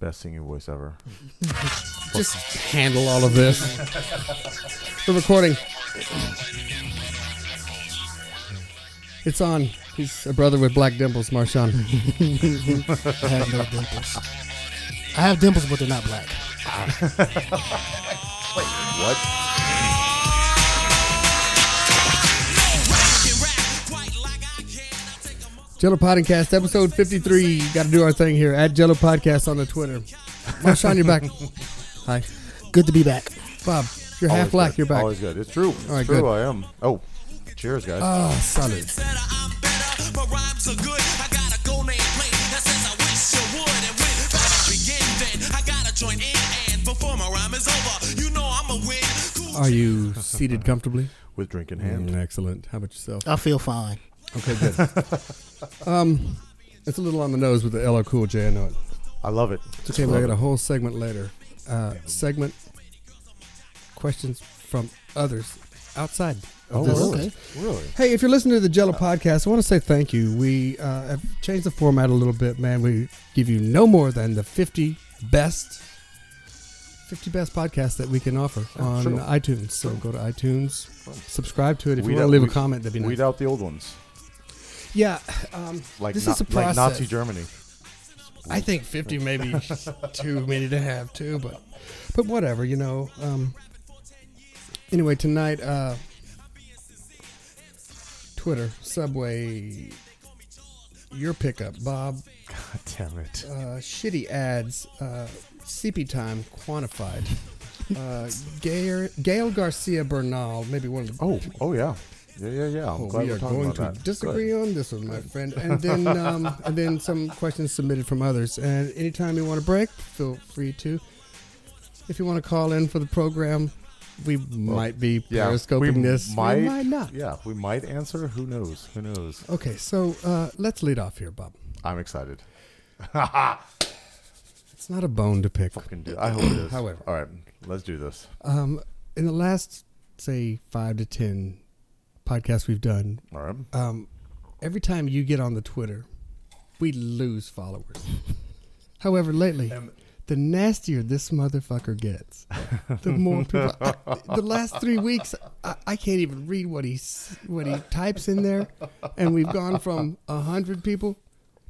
best singing voice ever. Just handle all of this. We're recording. It's on. He's a brother with black dimples, Marshawn. I have no dimples. I have dimples, but they're not black. What? Jello Podcast, episode 53. Got to do our thing here at Jello Podcast on the Twitter. Marshawn, you're back. Hi. Good to be back. Bob, you're half black. You're back. Always good. It's true. It's All right, true. good. I am. Oh, cheers, guys. Oh, solid. better, I'm better. My rhymes are good. I got a goal name plate that says I wish you would. And when better begin, then I gotta join in. And before my rhyme is over, you know I'm a win. Cool. Are you seated comfortably? With drink in hand. excellent. How about yourself? I feel fine. Okay, good. um, it's a little on the nose with the LL Cool J. I know it. I love it. It's okay, but I got a whole segment later. Uh, segment questions from others outside. Oh, this- really? okay. Really? Hey, if you're listening to the Jello podcast, I want to say thank you. We uh, have changed the format a little bit, man. We give you no more than the 50 best, 50 best podcasts that we can offer on true. iTunes. So go to iTunes, subscribe to it. If Weed you want out- to leave a weed- comment, that'd be nice. Weed out the old ones. Yeah, um, Like, this Na- is a like process. Nazi Germany. I think 50 maybe too many to have too, but but whatever, you know. Um, anyway, tonight, uh, Twitter, Subway, your pickup, Bob, God damn it. uh, shitty ads, uh, CP time quantified. Uh, Gail, Gail Garcia Bernal, maybe one of the Oh, oh yeah. Yeah, yeah, yeah. I'm Oh, glad we we're are talking going to about that. disagree Good. on this one, my friend. And then, um, and then some questions submitted from others. And anytime you want to break, feel free to. If you want to call in for the program, we might be Yeah, periscoping we this. Might, we might not. Yeah, we might answer. Who knows? Who knows? Okay, so uh, let's lead off here, Bob. I'm excited. It's not a bone to pick. Fucking do. I hope it is. However. all right, let's do this. Um, in the last, say, five to ten podcasts we've done, All right. um, every time you get on the Twitter, we lose followers. However, lately, the nastier this motherfucker gets, the more people. I, the last three weeks, I, I can't even read what he s- what he types in there, and we've gone from hundred people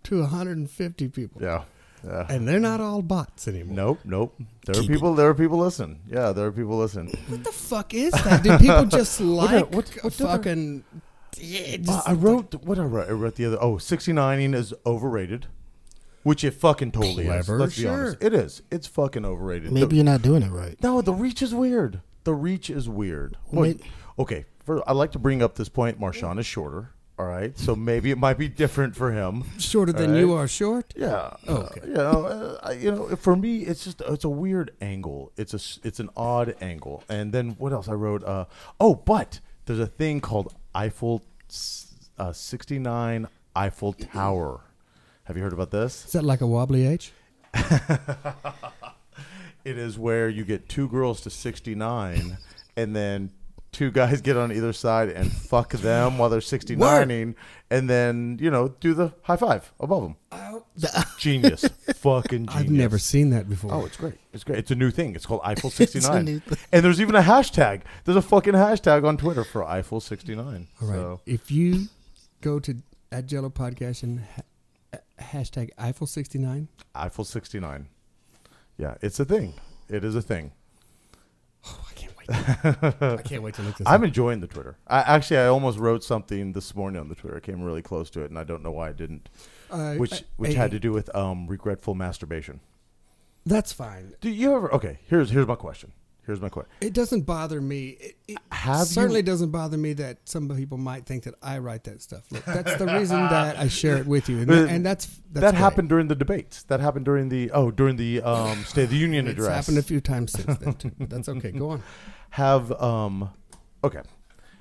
to hundred and fifty people, yeah. Yeah. and they're not all bots anymore. Nope, nope. There are people. There are people listen. Yeah, there are people listen. What the fuck is that? Do people just like the- what- what the- fucking? Yeah, Uh, just- I wrote what I wrote. I wrote the other. Oh, 69ing is overrated, which it fucking totally Clever, is. Let's be sure. honest, it is. It's fucking overrated. Maybe The- you're not doing it right. no, the reach is weird. The reach is weird. Well, Wait. okay, for, I like to bring up this point. Marshawn is shorter. All right, so maybe it might be different for him. shorter than you are short. Yeah. Oh, Okay. Uh, you know, uh, I- you know, for me, it's just it's a weird angle. It's a s- it's an odd angle. And then what else I wrote? Uh, oh, but there's a thing called Eiffel s- uh, 69 Eiffel Tower. Have you heard about this? Is that like a wobbly H? It is where you get two girls to 69, and then two guys get on either side and fuck them while they're 69ing, and then you know do the high five above them. Genius, fucking genius. I've never seen that before. Oh, it's great. It's great. It's a new thing. It's called Eiffel 69. new thing. And there's even a hashtag. There's a fucking hashtag on Twitter for Eiffel 69. All right. So, If you go to at Jello Podcast and ha- uh, hashtag Eiffel sixty nine, Eiffel 69. Yeah, it's a thing. It is a thing. oh, I can't wait. I can't wait to look this. I'm up. enjoying the Twitter. I actually I almost wrote something this morning on the Twitter. I came really close to it and I don't know why I didn't. Uh, which uh, which hey, had to do with um, regretful masturbation. That's fine. Do you ever Okay, here's here's my question. Here's my question. It doesn't bother me. It, it Have certainly you- doesn't bother me that some people might think that I write that stuff. Look, that's the reason that I share it with you, and, Uh, and that's, that's that great. happened during the debates. That happened during the oh during the um, State of the Union It's address. happened a few times since then. Too. but That's okay. Go on. have um okay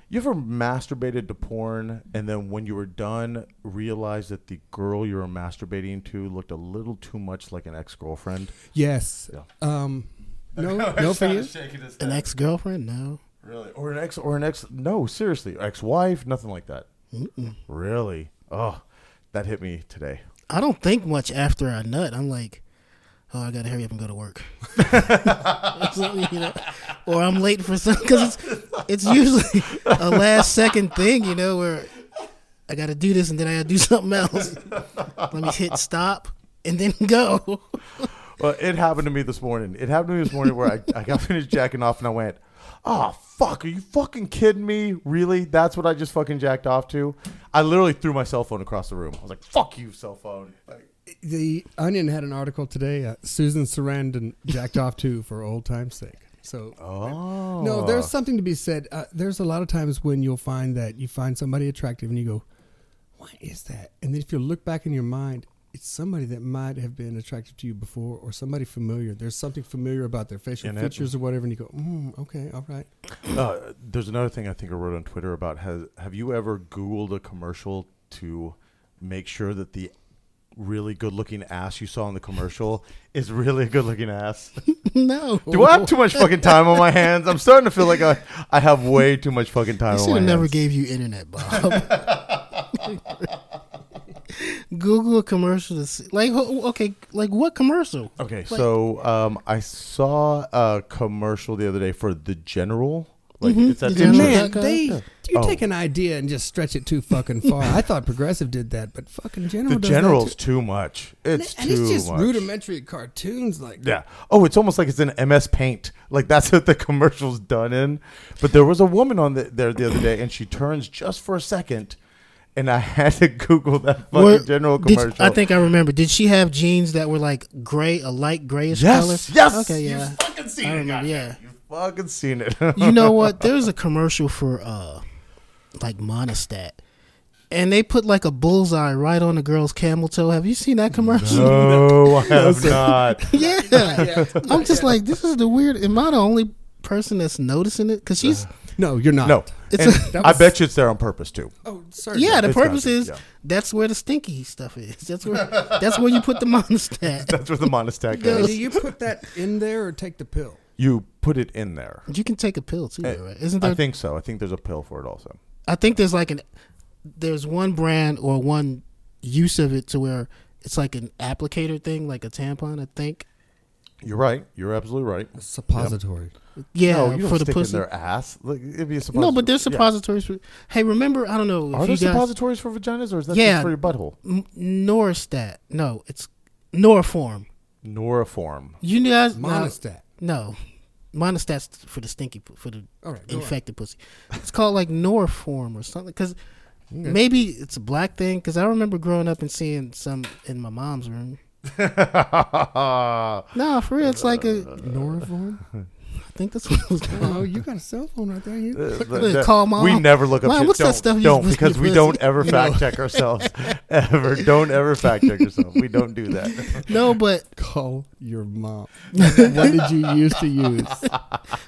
you ever masturbated to porn and then when you were done realized that the girl you were masturbating to looked a little too much like an ex-girlfriend Yes. Yeah. Um. No. No for you. An ex girlfriend? No. really or an ex or an ex no seriously ex-wife nothing like that really oh that hit me today I don't think much after I nut. I'm like, oh, I gotta hurry up and go to work. So, you know, or I'm late for some because it's it's usually a last second thing, you know, where I gotta do this and then I gotta do something else. Let me hit stop and then go. Well, it happened to me this morning. It happened to me this morning where I, I got finished jacking off and I went, oh, fuck, are you fucking kidding me? Really? That's what I just fucking jacked off to? I literally threw my cell phone across the room. I was like, fuck you, cell phone. Uh, Like, The Onion had an article today. Uh, Susan Sarandon jacked off too for old time's sake. So, oh. no, there's something to be said. Uh, there's a lot of times when you'll find that you find somebody attractive and you go, "What is that?" And then if you look back in your mind, it's somebody that might have been attractive to you before or somebody familiar. There's something familiar about their facial And that- features or whatever, and you go, mm, "Okay, all right." Uh, there's another thing I think I wrote on Twitter about has have you ever Googled a commercial to make sure that the really good looking ass you saw in the commercial is really a good looking ass? no. Do I have too much fucking time on my hands? I'm starting to feel like I, I have way too much fucking time on I should my have hands. never gave you internet, Bob. Google a commercial to see, like, wh- okay, like what commercial? Okay, so um, I saw a commercial the other day for the General. Like it's that The General. intro- Man, Tucker? they Yeah. you Oh. take an idea and just stretch it too fucking far. I thought Progressive did that, but fucking General The does that too. General's too much. And, It's and too it's just much. rudimentary cartoons like Yeah. Oh, it's almost like it's an MS Paint. Like that's what the commercial's done in. But there was a woman on the, there the other day, and she turns just for a second, and I had to Google that fucking Were- General did- commercial. I think I remember. Did she have jeans that were like gray, a light grayish Yes. color? Yes. Okay, yeah. You fucking seen I it. remember, goddamn. yeah. You fucking seen it. you know what? There's a commercial for uh like monostat. And they put like a bullseye right on the girl's camel toe. Have you seen that commercial? no, I have not. Yeah. I'm just like, this is the weird am I the only person that's noticing it? Cause she's No, you're not. No. It's And a- That I was- bet you it's there on purpose too. Oh, sorry. yeah, the It's gotta purpose be, is yeah. that's where the stinky stuff is. That's where that's where you put the monostat. That's where the monostat Now, goes. do you put that in there or take the pill? You put it in there. You can take a pill too, though, right? Isn't there I think so. I think there's a pill for it also. I think there's like an there's one brand or one use of it to where it's like an applicator thing, like a tampon. I think. You're right. You're absolutely right. Suppository. Yeah, no, you don't for the stick pussy. in their ass. Like, it'd be a suppository. No, but there's Yeah. suppositories. For, hey, remember? I don't know. Are if you there guys, suppositories for vaginas, or is that Yeah. just for your butthole? N- Norstat. No, it's Norform. Noriform. You guys. no, Monostat. No, monostat's for the stinky pu- for the All right, go on. infected pussy. It's called like Norform or something because maybe it's a black thing. Because I remember growing up and seeing some in my mom's room. No, for real, it's like a. Noriform? I think that's what it was called. Oh, you got a cell phone right there. You, The- Look, the- call mom. We never look up Mom, shit. what's that don't, stuff you don't put in because your we don't pussy? ever No. fact check ourselves. ever. Don't ever fact check yourself. We don't do that. No, but call your mom. what did you used to use?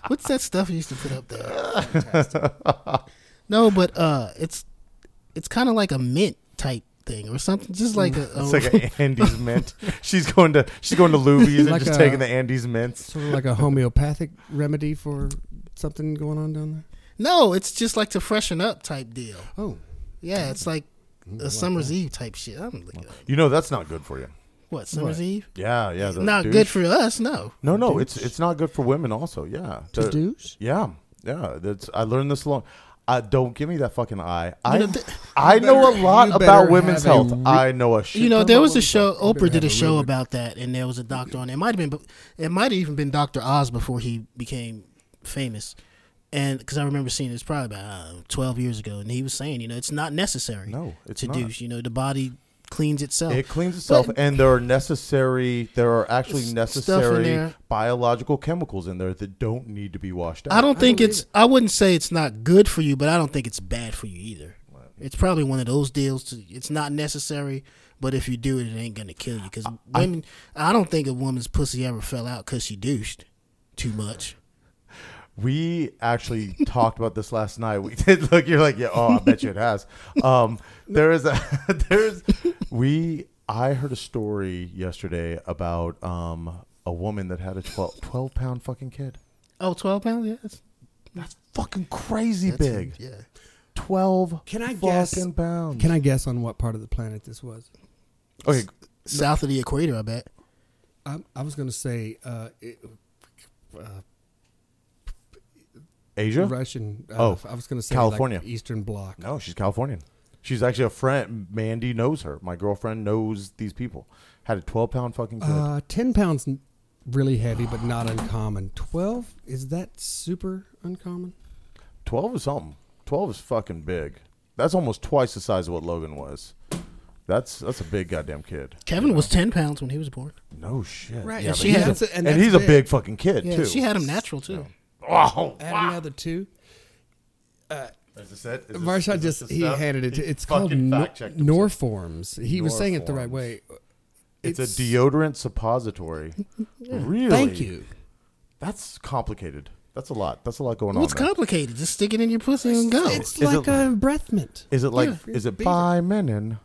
what's that stuff you used to put up there? no, but uh, it's it's kind of like a mint type thing or something, just like a, a It's like an Andes mint. She's going to she's going to Luby's and Like just a- taking the Andes mints. Sort of like a homeopathic remedy for something going on down there. no, it's just like to freshen up type deal. Oh, Yeah, it's like a summer's eve type shit. I'm looking up. You know that's not good for you. what summer's eve? Yeah, yeah. the Not douche- good for us. No, No, no. It's it's not good for women also. Yeah. to The- douche. Yeah, yeah. That's I learned this long. I don't give me that fucking eye. I know, th- I know a better- lot you about better women's have a health. re- I know a shit. you know ton there about was a women's show. health. Oprah did have a a show really- about that, and there was a doctor on. It might have been. It might have even been Doctor Oz before he became famous. And because I remember seeing this probably about I don't know, twelve years ago, and he was saying, you know, it's not necessary. No, it's to not. douche. You know, the body cleans itself. It cleans itself, But- and there are necessary. There are actually Stuff in necessary there. biological chemicals in there that don't need to be washed out. I don't think it's. I wouldn't say it's not good for you, but I don't think it's bad for you either. It's probably one of those deals. To, it's not necessary, but if you do it, it ain't gonna kill you. Because women, I, don't think a woman's pussy ever fell out because she douched too much. We actually talked about this last night. We did look. You're like, yeah. Oh, I bet you it has. Um, there is a there's we. I heard a story yesterday about um, a woman that had a 12, 12 pound fucking kid. Oh, 12 pounds. Yeah, that's, That's fucking crazy that's- big. Yeah, Twelve. Can I fucking guess- pounds? Can I guess on what part of the planet this was? Okay. south of the equator, I bet. I, I was going to say uh, it, uh, Asia? Russian. Uh, Oh, I was going to say California. like Eastern Bloc. No, she's Californian. She's actually a friend. Mandy knows her. My girlfriend knows these people. Had a 12 pound fucking kid. Uh, ten pounds, n- really heavy, but not uncommon. Twelve is that super uncommon? 12 is something. 12 is fucking big. That's almost twice the size of what Logan was. That's that's a big goddamn kid. Kevin was ten pounds when he was born. No shit. Right, Yeah, but and she he's has a, it, and, and that's he's a big. big fucking kid Yeah, too. she had him natural too. Oh, Add another two. is this it? Is this- Varsha is this just the he stuff? handed it. He to It's called fucking no, fact-checked himself. Norforms. He was saying it the right Norforms. way. It's, It's- a deodorant suppository. Really? Thank you. That's complicated. That's a lot. That's a lot going What's on. there. complicated? Just stick it in your pussy and go. It's Is like it- a breath mint. Is it like? Yeah. is it Beaver. by menin?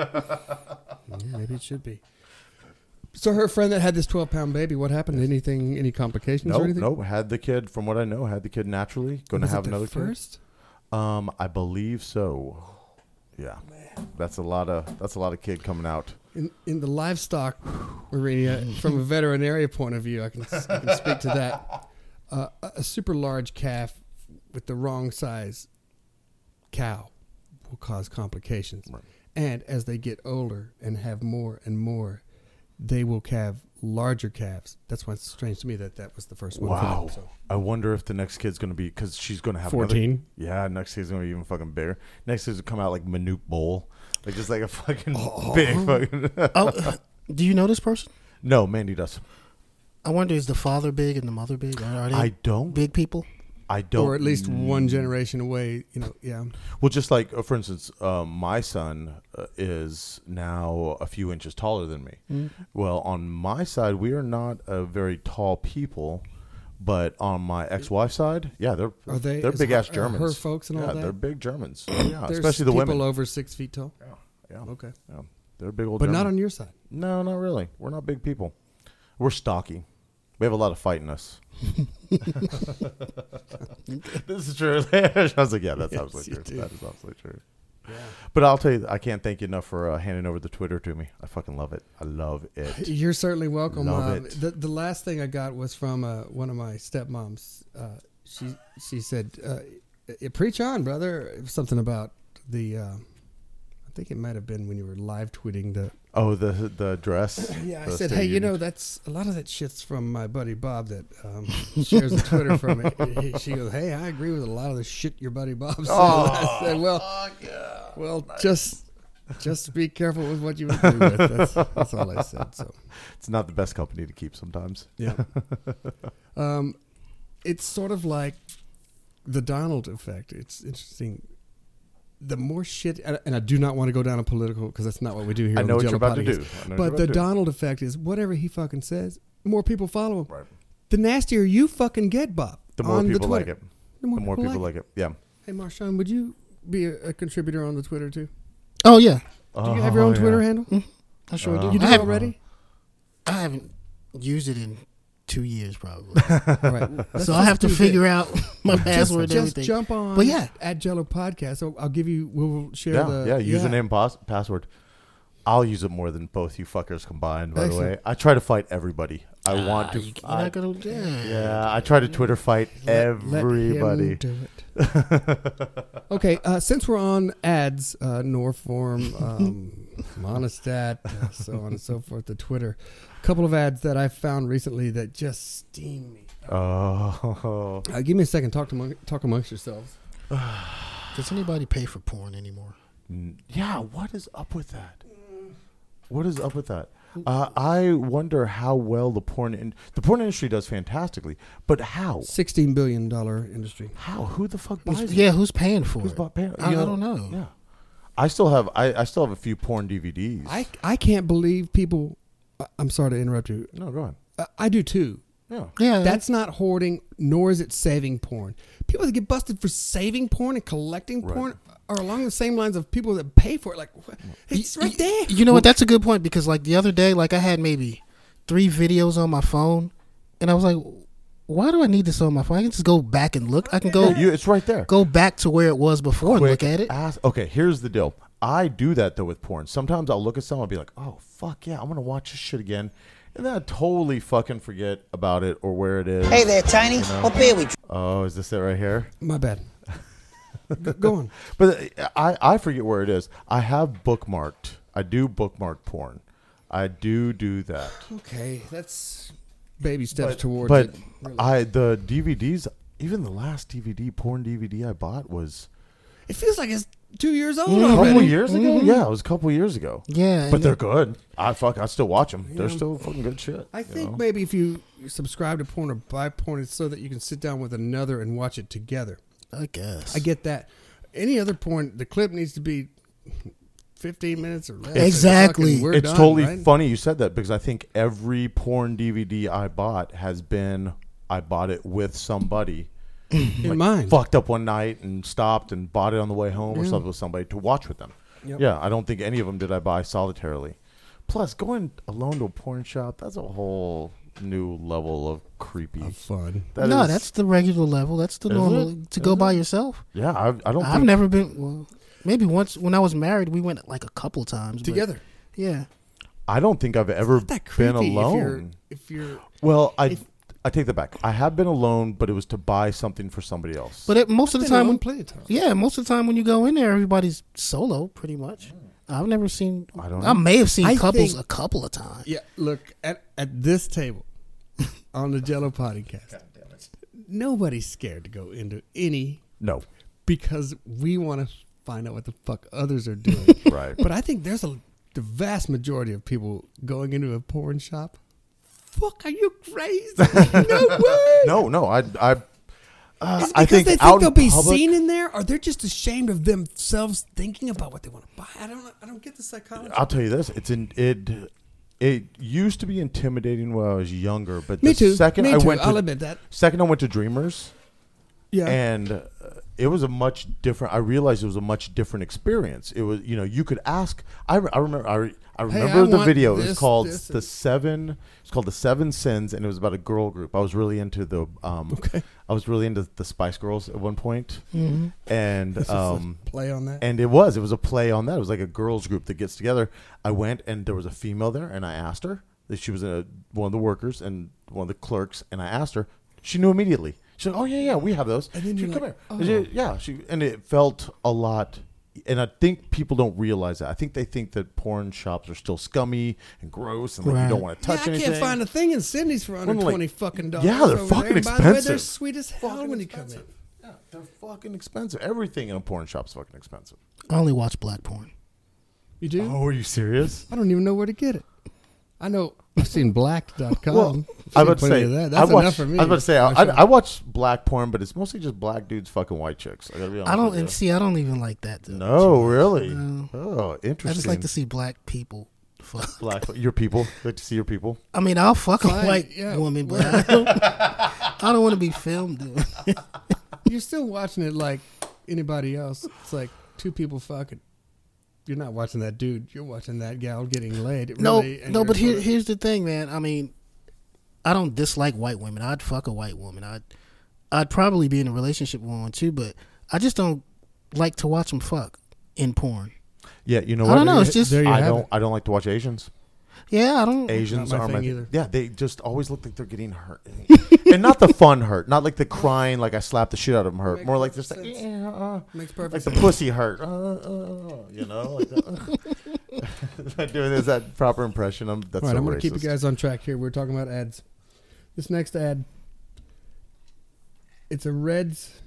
Yeah, maybe it should be. So her friend that had this twelve pound baby, what happened? Anything? Any complications No, or anything? no. Had the kid, from what I know, had the kid naturally. Going to Was it have their another first. kid. Um, I believe so. Yeah, that's a lot of that's a lot of kid coming out. In, in the livestock arena, from a veterinary point of view, I can, I can speak to that. Uh, a- a super large calf with the wrong size cow will cause complications. And as they get older and have more and more, they will have larger calves. That's why it's strange to me that that was the first one. for them, Wow. so. I wonder if the next kid's gonna be because she's gonna have another- 14? yeah, next kid's gonna be even fucking bigger. Next kid's gonna come out like Manute Bowl, like just like a fucking big fucking. Oh, do you know this person? no, Mandy does. I wonder is the father big and the mother big? Are they I don't. big people? I don't. Mm. Or at least one generation away, you know, yeah. Well, just like uh, for instance, uh, my son uh, is now a few inches taller than me. Mm-hmm. Well, on my side, we are not a very tall people, but on my ex-wife's side, yeah, they're Are they- are is big ass her- are her Germans. folks and all yeah, that? they're big Germans. yeah, There's Uh, especially the women. people over six feet tall. yeah, yeah, Okay. yeah. they're big old. But not Germans. on your side. No, not really. We're not big people. We're stocky. We have a lot of fight in us. this is true. I was like, yeah, that's Yes, absolutely you true. do. That is absolutely true. Yeah. But I'll tell you, I can't thank you enough for uh, handing over the Twitter to me. I fucking love it. I love it. You're certainly welcome. Love Uh, it. The, the last thing I got was from uh, one of my stepmoms. Uh, she she said, uh, "Y- "Preach on, brother." It was Something about the. Uh, I think it might have been when you were live tweeting the. Oh, the the dress. Yeah, I The said, state "Hey, you know union- that's a lot of that shit's from my buddy Bob that um, shares the Twitter from it." He- She goes, "Hey, I agree with a lot of the shit your buddy Bob said." I said, "Well, well, just just be careful with what you agree with." That's, that's all I said. So. It's not the best company to keep sometimes. Yeah. um, it's sort of like the Donald effect. It's interesting. The more shit, and and I do not want to go down a political because that's not what we do here. I on know the what you're Jello about to Podcast. do. I know what you're But about to the do. Donald effect is whatever he fucking says, more people follow him. Right. The nastier you fucking get, Bob. The more on people Twitter. like it, the more, people, like it. Yeah. Hey, Marshawn, would you be a, a contributor on the Twitter too? Oh yeah, Do you have your own Oh, yeah. Twitter handle? I sure do. You do Uh, I haven't, already? I haven't used it in two years probably, All right. Let's so I have to just do figure this. out my Just, password and just everything. jump on But yeah. at Jello Podcast. So I'll give you, we'll share Yeah, the. yeah. Username, pos- password. I'll use it more than both you fuckers combined. By the way, Excellent. I try to fight everybody. I want Ah, to. you- you're I- not gonna- yeah. yeah, I try to Twitter fight Let everybody. him do it. okay, uh, since we're on ads, uh, Norform, um, Monistat, uh, so on and so forth, the Twitter, a couple of ads that I found recently that just steam me. Oh, Uh, give me a second. Talk to mon- talk amongst yourselves. Does anybody pay for porn anymore? N- yeah. What is up with that? Mm. What is up with that? Uh, I wonder how well the porn in- the porn industry does fantastically, but how? Sixteen billion dollar industry. How? Who the fuck buys Who's, it? yeah, who's paying for Who's it? bought par- I, you I don't know. Yeah, I still have I, I still have a few porn DVDs. I I can't believe people. I- I'm sorry to interrupt you. no, go on. I, I do too. Yeah. Yeah, That's not hoarding, nor is it saving porn. People that get busted for saving porn and collecting Right. porn are along the same lines of people that pay for it. Like, wh- it's right there. You know what? That's a good point because like the other day, like I had maybe three videos on my phone, and I was like, "Why do I need this on my phone? I can just go back and look. I can go You, it's right there. go back to where it was before and Quick look at it." ass- okay, here's the deal. I do that though with porn. Sometimes I'll look at some, I'll be like, oh fuck yeah, I'm gonna watch this shit again, and then I totally fucking forget about it or where it is. Hey there, Tiny. What beer we Oh, is this it right here? My bad. G- Go on. But uh, I, I forget where it is. I have bookmarked. I do bookmark porn. I do do that. Okay, that's baby steps towards But it. I the DVDs, even the last DVD porn DVD I bought was It feels like it's two years old a Mm-hmm. couple already. years ago. Yeah, it was a couple years ago. Yeah, but and they're it- good. I fuck. I still watch them. They're still fucking good shit. I you think know? maybe if you subscribe to porn or buy porn, it's so that you can sit down with another and watch it together. I guess. I get that. Any other porn, the clip needs to be 15 minutes or less. Exactly. Fucking, we're it's done, totally right? funny you said that because I think every porn DVD I bought has been I bought it with somebody. in mind. fucked up one night and stopped and bought it on the way home or something with somebody to watch with them. Yeah, I don't think any of them did I buy solitarily. Plus, going alone to a porn shop, that's a whole new level of creepy. Fun. That no, is- that's the regular level. That's the Is normal it? to Is go it? by yourself. Yeah, I, I don't I've think- never been. Well, maybe once when I was married, we went like a couple times but- Together. Yeah, I don't think I've ever That creepy been alone. If you're, if you're Well, I if- I take that back. I have been alone, but it was to buy something for somebody else. but it, most of the Been time alone when plenty of times. yeah, most of the time when you go in there, everybody's solo pretty much. I've never seen. Mm. I don't I may have seen I couples think- a couple of times. Yeah, look at at this table on the Jello podcast. Nobody's scared to go into any no, because we want to find out what the fuck others are doing. right. but I think there's a the vast majority of people going into a porn shop. Fuck, are you crazy? No way. no, no. I I uh, Is it because I think they think out they'll in be public- seen in there, or they're just ashamed of themselves thinking about what they want to buy. I don't. I don't get the psychology. I'll tell you this: it's in it. It used to be intimidating when I was younger, but Me the too. second Me I too. went, to, I'll admit that. Second, I went to Dreamers, yeah. and uh, it was a much different. I realized it was a much different experience. It was, you know, you could ask. I, re- I remember. I, re- I remember I the want video. it was this, called this, the and- seven. It's called the Seven Sins, and it was about a girl group. I was really into the. Um, Okay. Mm-hmm. I was really into the Spice Girls at one point, and um, play on that. and it was. It was a play on that. It was like a girls group that gets together. I went and there was a female there and I asked her. that She was a, one of the workers and one of the clerks and I asked her. She knew immediately. She said, Oh yeah, yeah, we have those. And then she you're said, come like, "Oh." here. And she- yeah, she and it felt a lot and I think people don't realize that. I think they think that porn shops are still scummy and gross and like you Right. don't want to Yeah, I touch can't anything. find a thing in Sydney's for under Well, like- twenty fucking dollars. Yeah, they're over there. fucking And By the way, they're expensive. sweet as hell Fucking when you expensive. come in. Yeah, they're fucking expensive. Everything in a porn shop's fucking expensive. I only watch black porn. You do? Oh, are you serious? I don't even know where to get it. I know I've seen black.com. Well, I've I seen would plenty say of that. I that's watch, enough for me. I was about to say I, I, should- I watch black porn, but it's mostly just black dudes fucking white chicks. I gotta be honest. I don't With and you. see. I don't even like that. Though. No, really. Oh, interesting. I just like to see black people. Fuck. black your people. Like to see your people. I mean, I'll fuck Fine, a white yeah. woman, but I don't, I don't want to be filmed doing. it. You're still watching it like anybody else. It's like two people fucking. You're not watching that dude. You're watching that gal getting laid. It No, really, and no, you're but sort here, of- here's the thing, man. I mean, I don't dislike white women. I'd fuck a white woman. I'd, I'd probably be in a relationship with one too, but I just don't like to watch them fuck in porn. Yeah, you know I what? don't know, it's just- There you I have don't. it. I don't like to watch Asians. Yeah, I don't. Asians my are my thing either. yeah. They just always look like they're getting hurt, and not the fun hurt, not like the crying, like I slapped the shit out of them hurt. More like just like, yeah, uh, Makes perfect like the pussy hurt, uh, uh, uh, you know. Like that. Not doing is that proper impression? I'm that's All right, so I'm going racist. to keep you guys on track here. We're talking about ads. This next ad, it's a Reds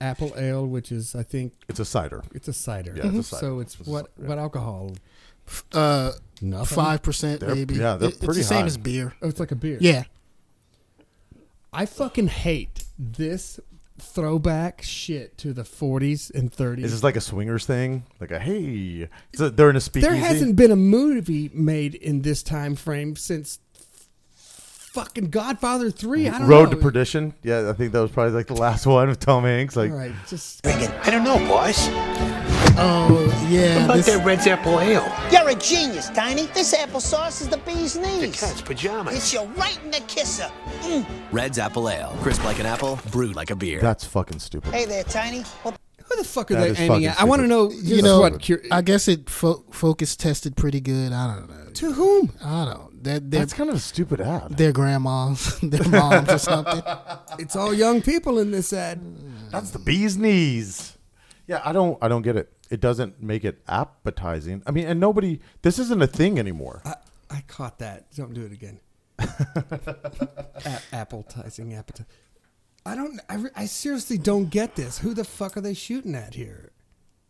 Apple Ale, which is I think It's a cider. it's a cider. Yeah, it's Mm-hmm. a cider. So it's what what alcohol? Uh, Nothing. five percent They're- maybe. yeah, they're It- pretty It's the same high. as beer. Oh, it's like a beer. Yeah, I fucking hate this throwback shit to the 40s and 30s. Is this like a swingers thing? Like a hey, it's a- they're in a speakeasy. there hasn't been a movie made in this time frame since fucking Godfather 3. I don't Road to know. Perdition. Yeah, I think that was probably like the last one with Tom Hanks. Like, All right, just I don't know, boys. oh yeah. About this- that Red's apple ale. You're a genius, Tiny. This applesauce is the bee's knees. Cat's pajamas. It's you right in the kisser. Red's Apple Ale. Crisp like an apple, brewed like a beer. that's fucking stupid. Hey there, Tiny. What Who the fuck are That they is aiming fucking at? I want to stupid. know. You just know, what? Cur- I guess it fo- focus tested pretty good. I don't know. to whom? I don't. They're, they're, That's kind of a stupid ad. their grandmas, their moms, or something. It's all young people in this ad. That's the bee's knees. Yeah, I don't I don't get it. It doesn't make it appetizing. I mean, and nobody this isn't a thing anymore. I, I caught that. Don't do it again. a- appetizing, appetizing. I don't. I, re- I seriously don't get this. Who the fuck are they shooting at here?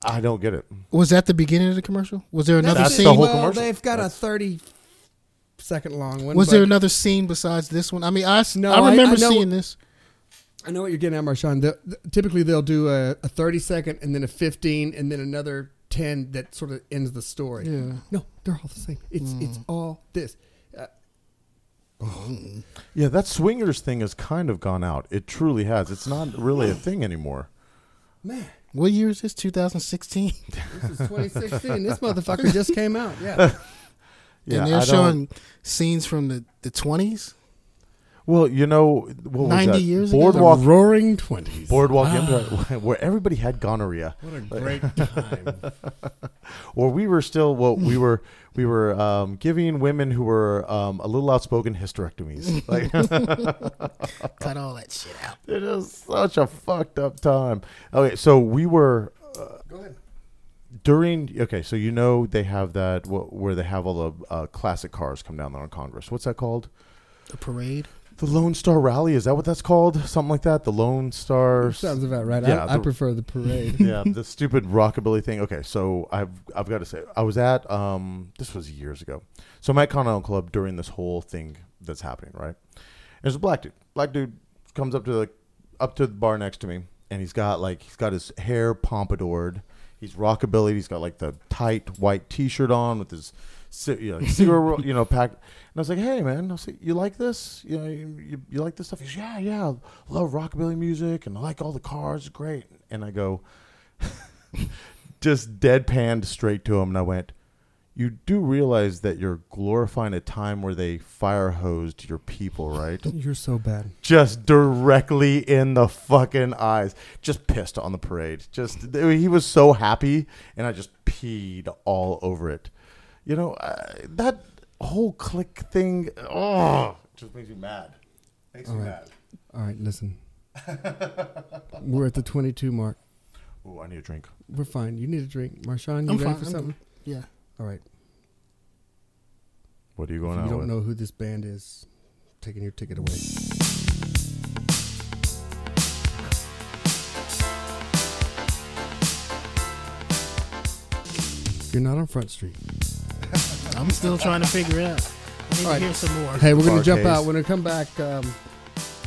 I don't get it. Was that the beginning of the commercial? Was there another That's the scene? whole well, commercial. They've got a thirty-second long one. was but there another scene besides this one? I mean, I, s- No, I- I remember I know- seeing this. I know what you're getting at, Marshawn. The, the- typically, they'll do a, a 30 second and then a 15 and then another 10 that sort of ends the story. Yeah. No, they're all the same. It's Mm. it's all this. Uh, Yeah, that swingers thing has kind of gone out. It truly has. It's not really a thing anymore. man, What year is this? 2016. this is 2016. this motherfucker just came out. Yeah. Yeah, and I they're don't- showing scenes from the, the 20s. Well, you know, what was 90 that? years ago, the Boardwalk, Roaring 20s. Boardwalk Empire, where everybody had gonorrhea, What a great time. or we were still well, we were we were um, giving women who were um, a little outspoken hysterectomies. Like, Cut all that shit out. it is such a fucked up time. Okay, so we were Go ahead. during. Okay, so you know they have that wh- where they have all the uh, classic cars come down there on Congress. What's that called? The parade. The Lone Star Rally is that what that's called? Something like that. The Lone Star. Sounds about right. Yeah, I, I the- prefer the parade. yeah, the stupid rockabilly thing. Okay, so I've I've got to say, I was at um this was years ago. So I'm at Continental Club during this whole thing that's happening, right? There's a black dude. Black dude comes up to the up to the bar next to me, and he's got like he's got his hair pompadoured. He's rockabilly. He's got like the tight white T-shirt on with his ci- you know, like, cigarette, you know, packed. And I was like, "Hey, man, I was like, you like this? You know, you, you, you like this stuff?" He's, "Yeah, yeah, love rockabilly music, and I like all the cars, great." And I go, just deadpanned straight to him, and I went, "You do realize that you're glorifying a time where they fire hosed your people, right?" You're so bad. just directly in the fucking eyes. Just pissed on the parade. Just he was so happy, and I just peed all over it. You know uh, that whole click thing. Oh, just makes me mad. Makes me mad. All right, listen. We're at the 22 mark. Oh, I need a drink. We're fine. You need a drink. Marshawn, you I'm ready fine. for I'm- something? Yeah. All right. What are you going If out you don't with? know who this band is, taking your ticket away. You're not on Front Street. I'm still trying to figure it out. I need All right. to hear some more. Hey, we're gonna jump Barcase. out. When I come back, um, you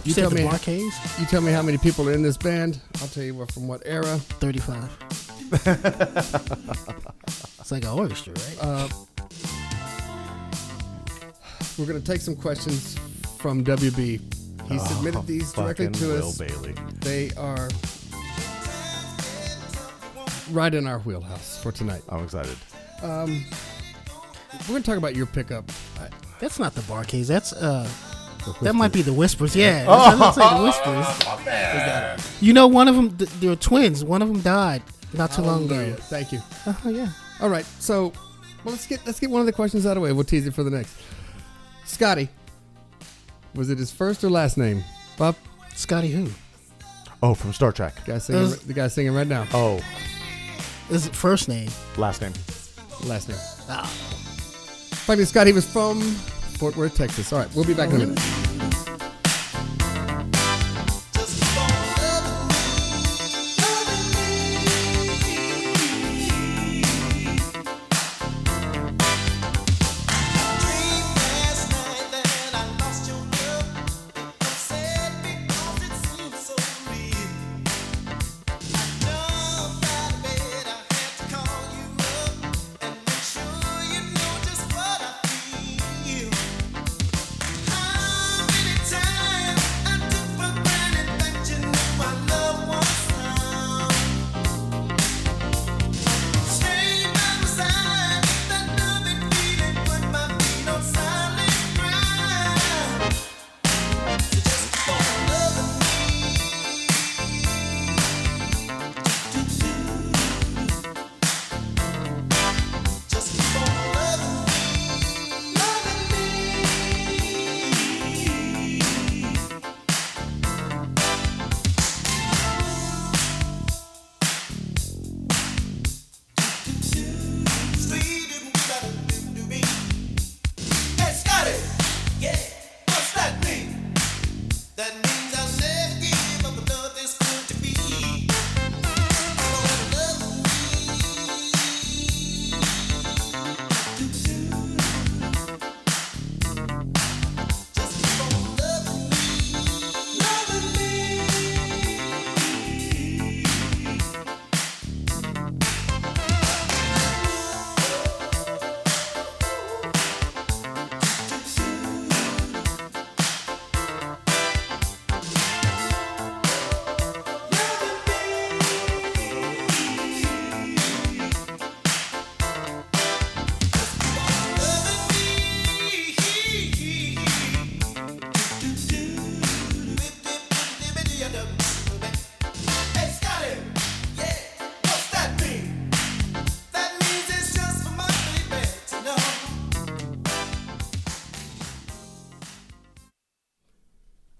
you said tell the me. barcades? You tell me how many people are in this band. I'll tell you what from what era. 35. it's like an orchestra, right? Uh, we're gonna take some questions from WB. He submitted these directly Fucking to Will us. Bailey. They are right in our wheelhouse for tonight. I'm excited. We're going to talk about your pickup. I- that's not the barcades. That's uh, that might be the whispers. Yeah, that's, that's like the whispers. You know, one of them. Th- they were twins. One of them died not too long Hallelujah. ago. Thank you. Oh yeah. All right, so well, let's get let's get one of the questions out of the way. We'll tease it for the next. Scotty, was it his first or last name? Bob, Scotty who? Oh, from Star Trek. guy singing, was- the guy singing right now. Oh, Is it first name? last name. Last name. Finally, Scotty was from Fort Worth, Texas. All right, we'll be back in a minute. Sure you know just what I feel. I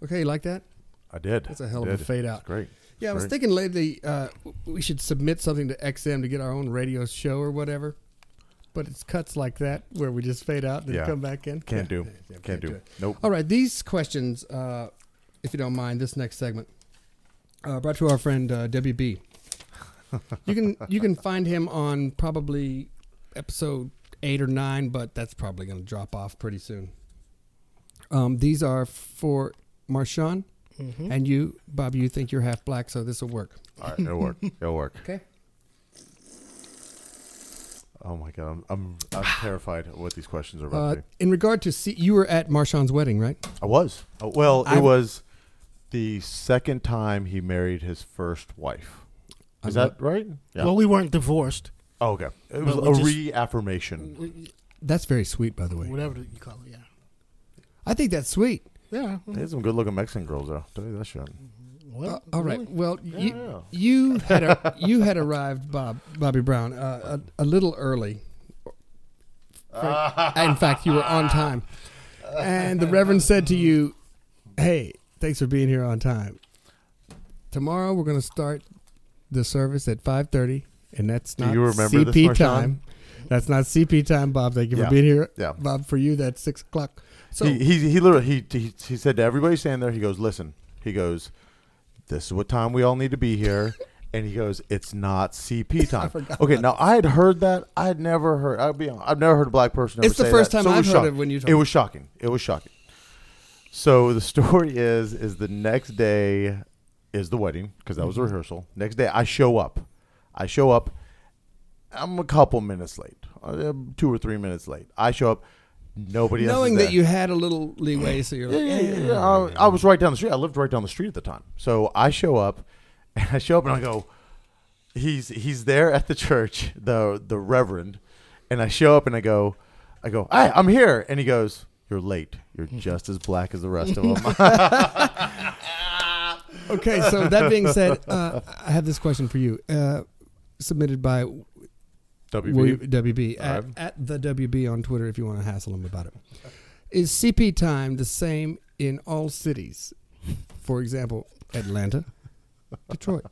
Okay, you like that? I did. That's a hell I of a did. fade It's out. great. Yeah, I was Great. thinking lately uh, we should submit something to XM to get our own radio show or whatever. But it's cuts like that where we just fade out and Yeah. come back in. Can't do. yeah, Can't do. it. Nope. All right, these questions, uh, if you don't mind, this next segment uh, brought to our friend uh, WB. You can you can find him on probably episode eight or nine, but that's probably going to drop off pretty soon. Um, these are for Marshawn and you, Bob. You think you're half black, so this will work. All right, it'll work. It'll work. Okay. Oh my god, I'm I'm, I'm terrified of what these questions are about. Uh, to be. in regard to see, you were at Marshawn's wedding, right? I was. Uh, well, I- it was the second time he married his first wife. Is I'm that right? Yeah. Well, we weren't divorced. oh, okay. It was we a just- reaffirmation. That's very sweet, by the way. Whatever you call it, yeah. I think that's sweet. Yeah. There's some good-looking Mexican girls though. Tell you that shit. Well, Uh, all right. Well, you, Oh, Yeah. you had a, you had arrived, Bob Bobby Brown, uh, a, a little early. For- in fact, you were on time, and the Reverend said to you, "Hey, thanks for being here on time. Tomorrow we're going to start the service at five thirty, and that's Do not you remember this, CP Marshawn? time. That's not CP time, Bob. Thank you Yeah. for being here, Yeah. Bob. For you, that's six o'clock. So he, he he literally he, he he said to everybody standing there. He goes, "Listen." He goes, "This is what time we all need to be here." And he goes, "It's not CP time." okay, now I had heard that. I had never heard. I'll be honest, I've never heard a black person. Ever It's the say first that, time so it I've was heard shocking. it when you told It me. was shocking. It was shocking. So the story is is the next day is the wedding because that was Mm-hmm. a rehearsal. Next day I show up. I show up. I'm a couple minutes late, uh, two or three minutes late. I show up. Nobody else is knowing that there. you had a little leeway, so you're like, Yeah, yeah, yeah. I, I was right down the street. I lived right down the street at the time. So I show up, and I show up, and I go, he's he's there at the church, the the reverend, and I show up, and I go, I go, hey, I'm here, and he goes, you're late. You're just as black as the rest of them. Okay, so that being said, uh, I have this question for you, uh, submitted by WB, WB. WB at, Alright. at the WB on Twitter if you want to hassle him about it. Is CP time the same in all cities? For example, Atlanta, Detroit,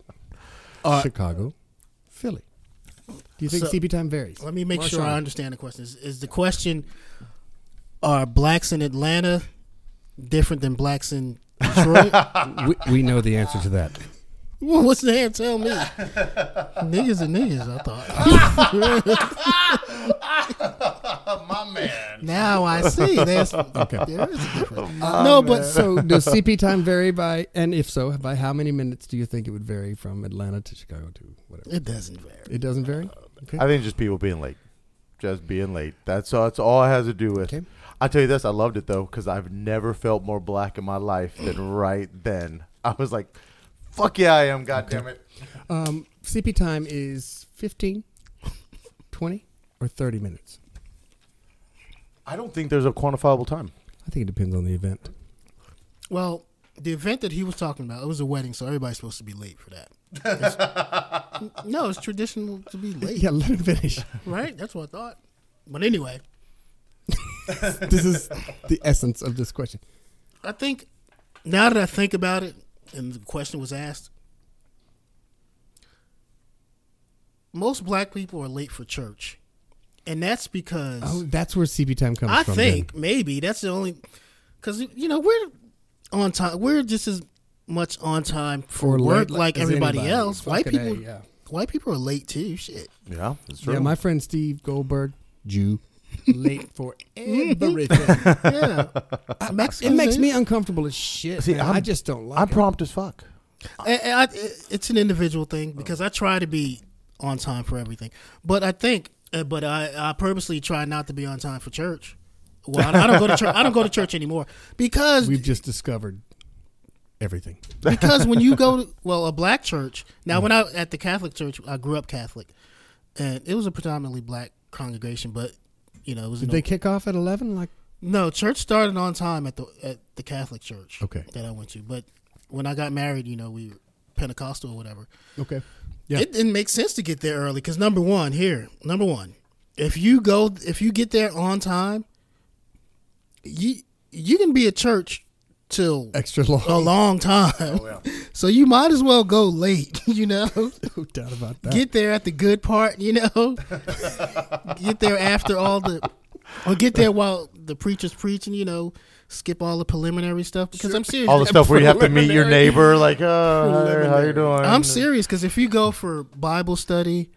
Chicago, Philly. Do you think Uh, So- CP time varies? let me make sure Marshawn. I understand the question. Is, is the question are blacks in Atlanta different than blacks in Detroit? we, we know the answer to that. well, what's the answer? Tell me. niggas and niggas, I thought. My man. now I see. There's, There is a difference. no, but so does CP time vary by, and if so, by how many minutes do you think it would vary from Atlanta to Chicago to whatever? It doesn't vary. It doesn't vary. Uh, I think just people being late, just being late. That's all. That's all it has to do with. Okay. I tell you this, I loved it though because I've never felt more black in my life than right then. I was like, "Fuck yeah, I am." God damn it. Um, CP time is 15, 20, or 30 minutes. I don't think there's a quantifiable time. I think it depends on the event. Well, the event that he was talking about, it was a wedding, so everybody's supposed to be late for that. It's- no, it's traditional to be late, Yeah, let him finish. right? That's what I thought. But anyway, this is the essence of this question. I think now that I think about it, and the question was asked, most black people are late for church, and that's because Oh, that's where CP time comes I from. think maybe that's the only because you know we're on time. We're just as much on time for Or work late like as everybody anybody. else. White Fucking A, people, yeah. white people are late too. Shit. Yeah, that's then. Yeah, my friend Steve Goldberg, Jew, late for everything. Yeah, it makes me uncomfortable as shit. See, man. I'm- I just don't like I'm it. prompt as fuck. And- and I, it- it's an individual thing because I try to be on time for everything, but I think, uh, but I, I purposely try not to be on time for church. Well, I, I don't go to church. I don't go to church anymore because We've just discovered everything. because when you go to well a black church now when i at the catholic church i grew up catholic and it was a predominantly black congregation but you know it was Did an- they kick off at 11? Like, no church started on time at the at the catholic church Okay. that i went to but when i got married you know we were pentecostal or whatever okay. Yeah. it didn't make sense to get there early because number one here number one if you go if you get there on time you you can be at church till Extra long. a long time. So you might as well go late, you know? No doubt about that. Get there at the good part, you know? get there after all the. Or get there while the preacher's preaching, you know? Skip all the preliminary stuff. Because I'm serious. All the stuff where you have to meet your Preliminary. neighbor, like, uh, hey, how you Preliminary. doing? I'm serious because if you go for Bible study,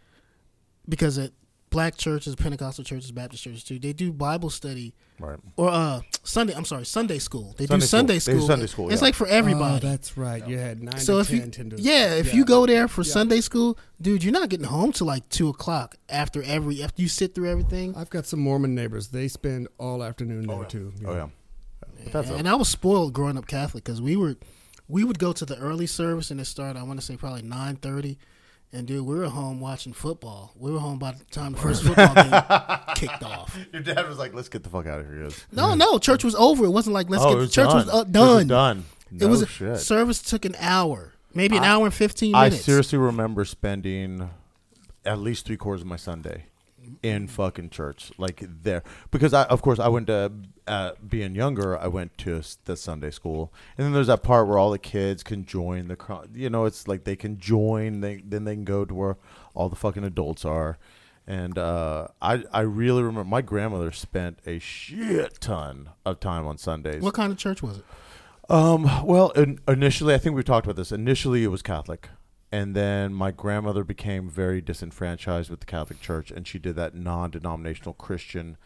because at black churches, Pentecostal churches, Baptist churches too, they do Bible study Right. or uh Sunday. I'm sorry, Sunday school. They Sunday do school. Sunday They school. do Sunday school, It's yeah. like for Oh, everybody. that's right. You had nine so to if you, ten tenders. yeah, if you go there for Sunday school, dude, you're not getting home till like two o'clock after every after you sit through everything. I've got some Mormon neighbors. They spend all afternoon there too. Oh yeah. But that's and I was spoiled growing up Catholic because we were, we would go to the early service and it started. I want to say probably nine thirty, and dude, we were home watching football. We were home by the time the first football game kicked off. your dad was like, "Let's get the fuck out of here." No, no, church was over. It wasn't like let's oh, get it was church done. was uh, Church done. done. No it was shit. service took an hour, maybe an hour and fifteen I minutes. seriously remember spending at least three quarters of my Sunday in fucking church, like there, because I, of course, I went to uh, being younger. I went to s- the Sunday school, and then there's that part where all the kids can join the, cro- you know, it's like they can join, they then they can go to where all the fucking adults are. And uh, I I really remember my grandmother spent a shit ton of time on Sundays. What kind of church was it? Um, well, in, initially, I think we talked about this. Initially, it was Catholic. And then my grandmother became very disenfranchised with the Catholic Church, and she did that non denominational Christian.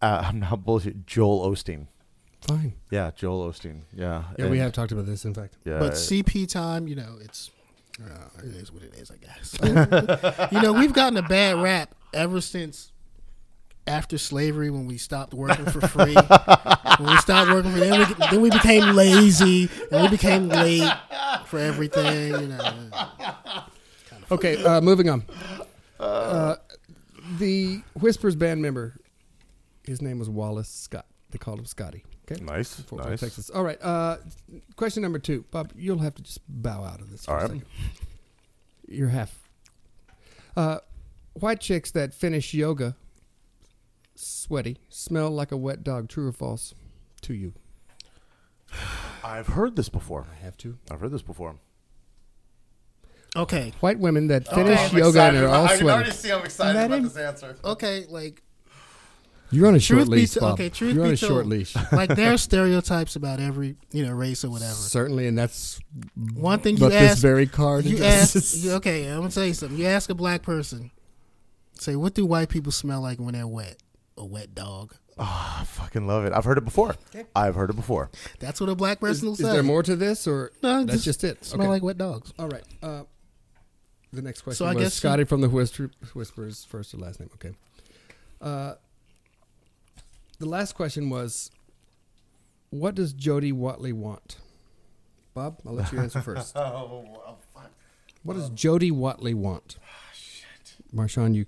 Uh, I'm not bullshit. Joel Osteen. Fine. Yeah, Joel Osteen. Yeah. Yeah, we and- have talked about this. In fact, Yeah. But CP time, you know, it's uh, it is what it is, I guess. you know, we've gotten a bad rap ever since after slavery when we stopped working for free. when we stopped working for then we, then we became lazy and we became late for everything. You know, Okay, uh, moving on. Uh, the Whispers band member, his name was Wallace Scott. They called him Scotty. Okay, Nice, Fort Worth, nice. Texas. All right. Uh, question number two, Bob. You'll have to just bow out of this. For All a right. second. You're half. Uh, white chicks that finish yoga, sweaty, smell like a wet dog. True or false? To you, I've heard this before. I have to. I've heard this before. okay, White women that finish yoga and are all sweaty. see I'm excited That about ain't- this answer. okay, like You're on a short truth be leash, to, Bob. okay, truth You're be on a to- short leash. like there are stereotypes about every you know race or whatever. Certainly, and that's One thing you but ask this very card You ask, addresses- you- okay, I'm gonna tell you something. You ask a black person, say, what do white people smell like when they're wet? A wet dog. I Ah, fucking love it. I've heard it before. I've heard it before. That's what a black person will Is say. there more to this, or No, that's just, it? Smell Okay. like wet dogs. All right. Uh, the next question So I was guess you- Scotty from the Whisper, Whispers, first or last name. Okay. Uh, the last question was, what does Jody Watley want? Bob, I'll let you answer first. What does Jody Watley want? Marshawn, you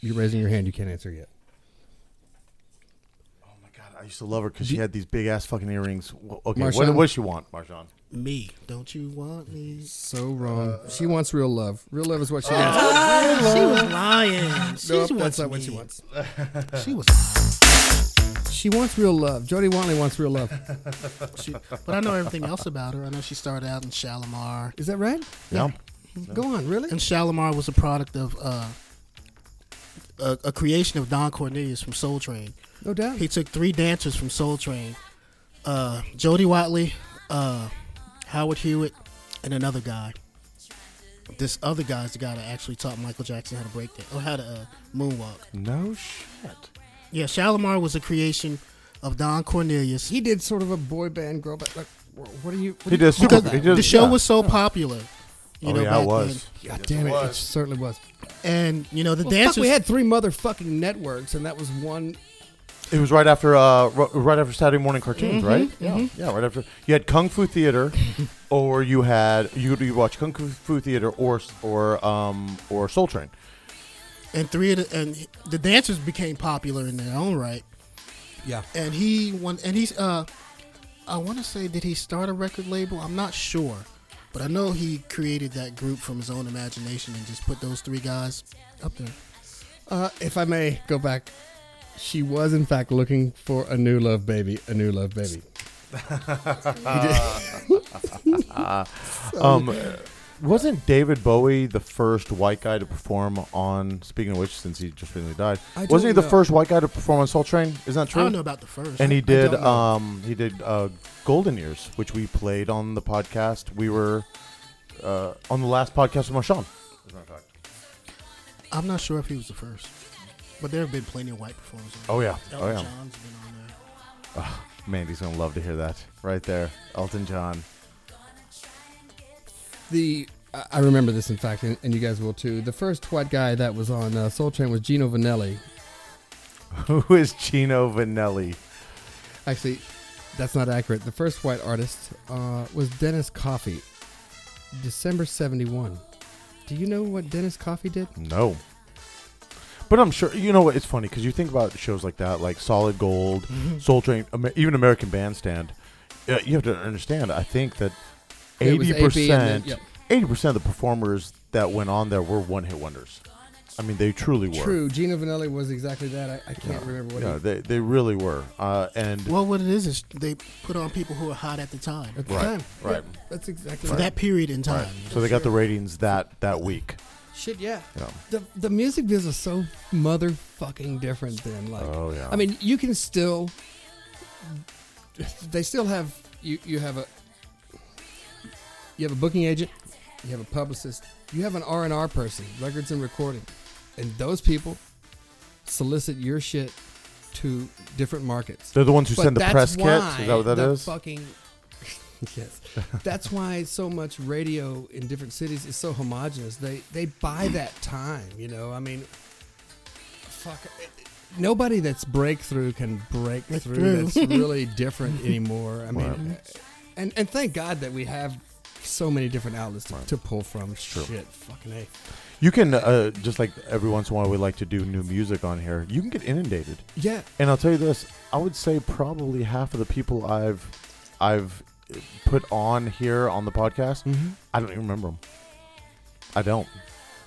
you're raising your hand. You can't answer yet. Oh my god, I used to love her because she had these big ass fucking earrings. Wh- Okay, Marshawn. what, what does she want, Marshawn? Me. Don't you want me? So wrong. Uh, she wants real love. Real love is what she wants. Ah, She was lying. Oh, She Nope, wants that's not what me. she wants. She was She wants real love. Jody Watley wants real love. she, but I know everything else about her. I know she started out in Shalimar. Is that right? Yeah. Go on, really? And Shalimar was a product of uh, a, a creation of Don Cornelius from Soul Train. No doubt. He took three dancers from Soul Train, uh, Jody Watley, uh, Howard Hewitt, and another guy. This other guy's the guy that actually taught Michael Jackson how to break that or how to uh, moonwalk. No shit. Yeah, Shalimar was a creation of Don Cornelius. He did sort of a boy band girl, but like, wh- what are you? What He do you did call super. that? He did, the show yeah. was so popular, you Oh, know, yeah, back it was. God damn it! It certainly was. then. And you know, the Well, fuck, dancers. we had three motherfucking networks, and that was one. It was right after uh, ro- right after Saturday morning cartoons, right? Yeah, yeah, right after you had Kung Fu Theater, or you had you could watch Kung Fu Theater or or um or Soul Train. and three of the and the dancers became popular in their own right. Yeah. And he won and he's uh I want to say did he start a record label? I'm not sure. But I know he created that group from his own imagination and just put those three guys up there. Uh, if I may go back, she was in fact looking for a new love baby, a new love baby. Um, wasn't David Bowie the first white guy to perform on? Speaking of which, since he just recently died, I don't wasn't he the know. first white guy to perform on Soul Train? Isn't that true? I don't know about the first. and he did. don't know. Um, he did uh, Golden Years, which we played on the podcast. We were uh, on the last podcast with Marshawn. I'm not sure if he was the first, but there have been plenty of white performers. On Oh yeah, Elton oh yeah. John's been on there. Mandy's gonna love to hear that right there. Elton John. The I I remember this, in fact, and, and you guys will too. The first white guy that was on uh, Soul Train was Gino Vanelli. Who is Chino Vanelli? Actually, that's not accurate. The first white artist uh, was Dennis Coffey, December '71. Do you know what Dennis Coffey did? No. But I'm sure you know what it's funny because you think about shows like that, like Solid Gold, Mm-hmm. Soul Train, Amer- even American Bandstand. Uh, you have to understand. I think that It eighty was AB and then- percent, yep. eighty percent of the performers that went on there were one hit wonders. I mean, they truly were. True, Gino Vanelli was exactly that. I, I can't remember what. Yeah, he, they they really were. Uh, and Well, what it is is they put on people who are hot at the time at the Right, time. right. Yeah, that's exactly for right. that period in time. so they got the ratings that that week. Shit, yeah. Yeah. The the music business is so motherfucking different than like. Oh, yeah. I mean, you can still. They still have you. You have a. You have a booking agent. You have a publicist. You have an R and R person, records and recording, and those people solicit your shit to different markets. They're the ones who But send the that's press kits. why Is that what that the is? Fucking yes. that's why so much radio in different cities is so homogenous. They they buy that time. You know, I mean, fuck. Nobody that's breakthrough can break through. That's really different anymore. I mean, and and thank God that we have so many different outlets to, to pull from. Shit, fucking a. You can uh, just like every once in a while we like to do new music on here. You can get inundated. Yeah, And I'll tell you this: I would say probably half of the people I've I've put on here on the podcast, Mm-hmm. I don't even remember them. I don't.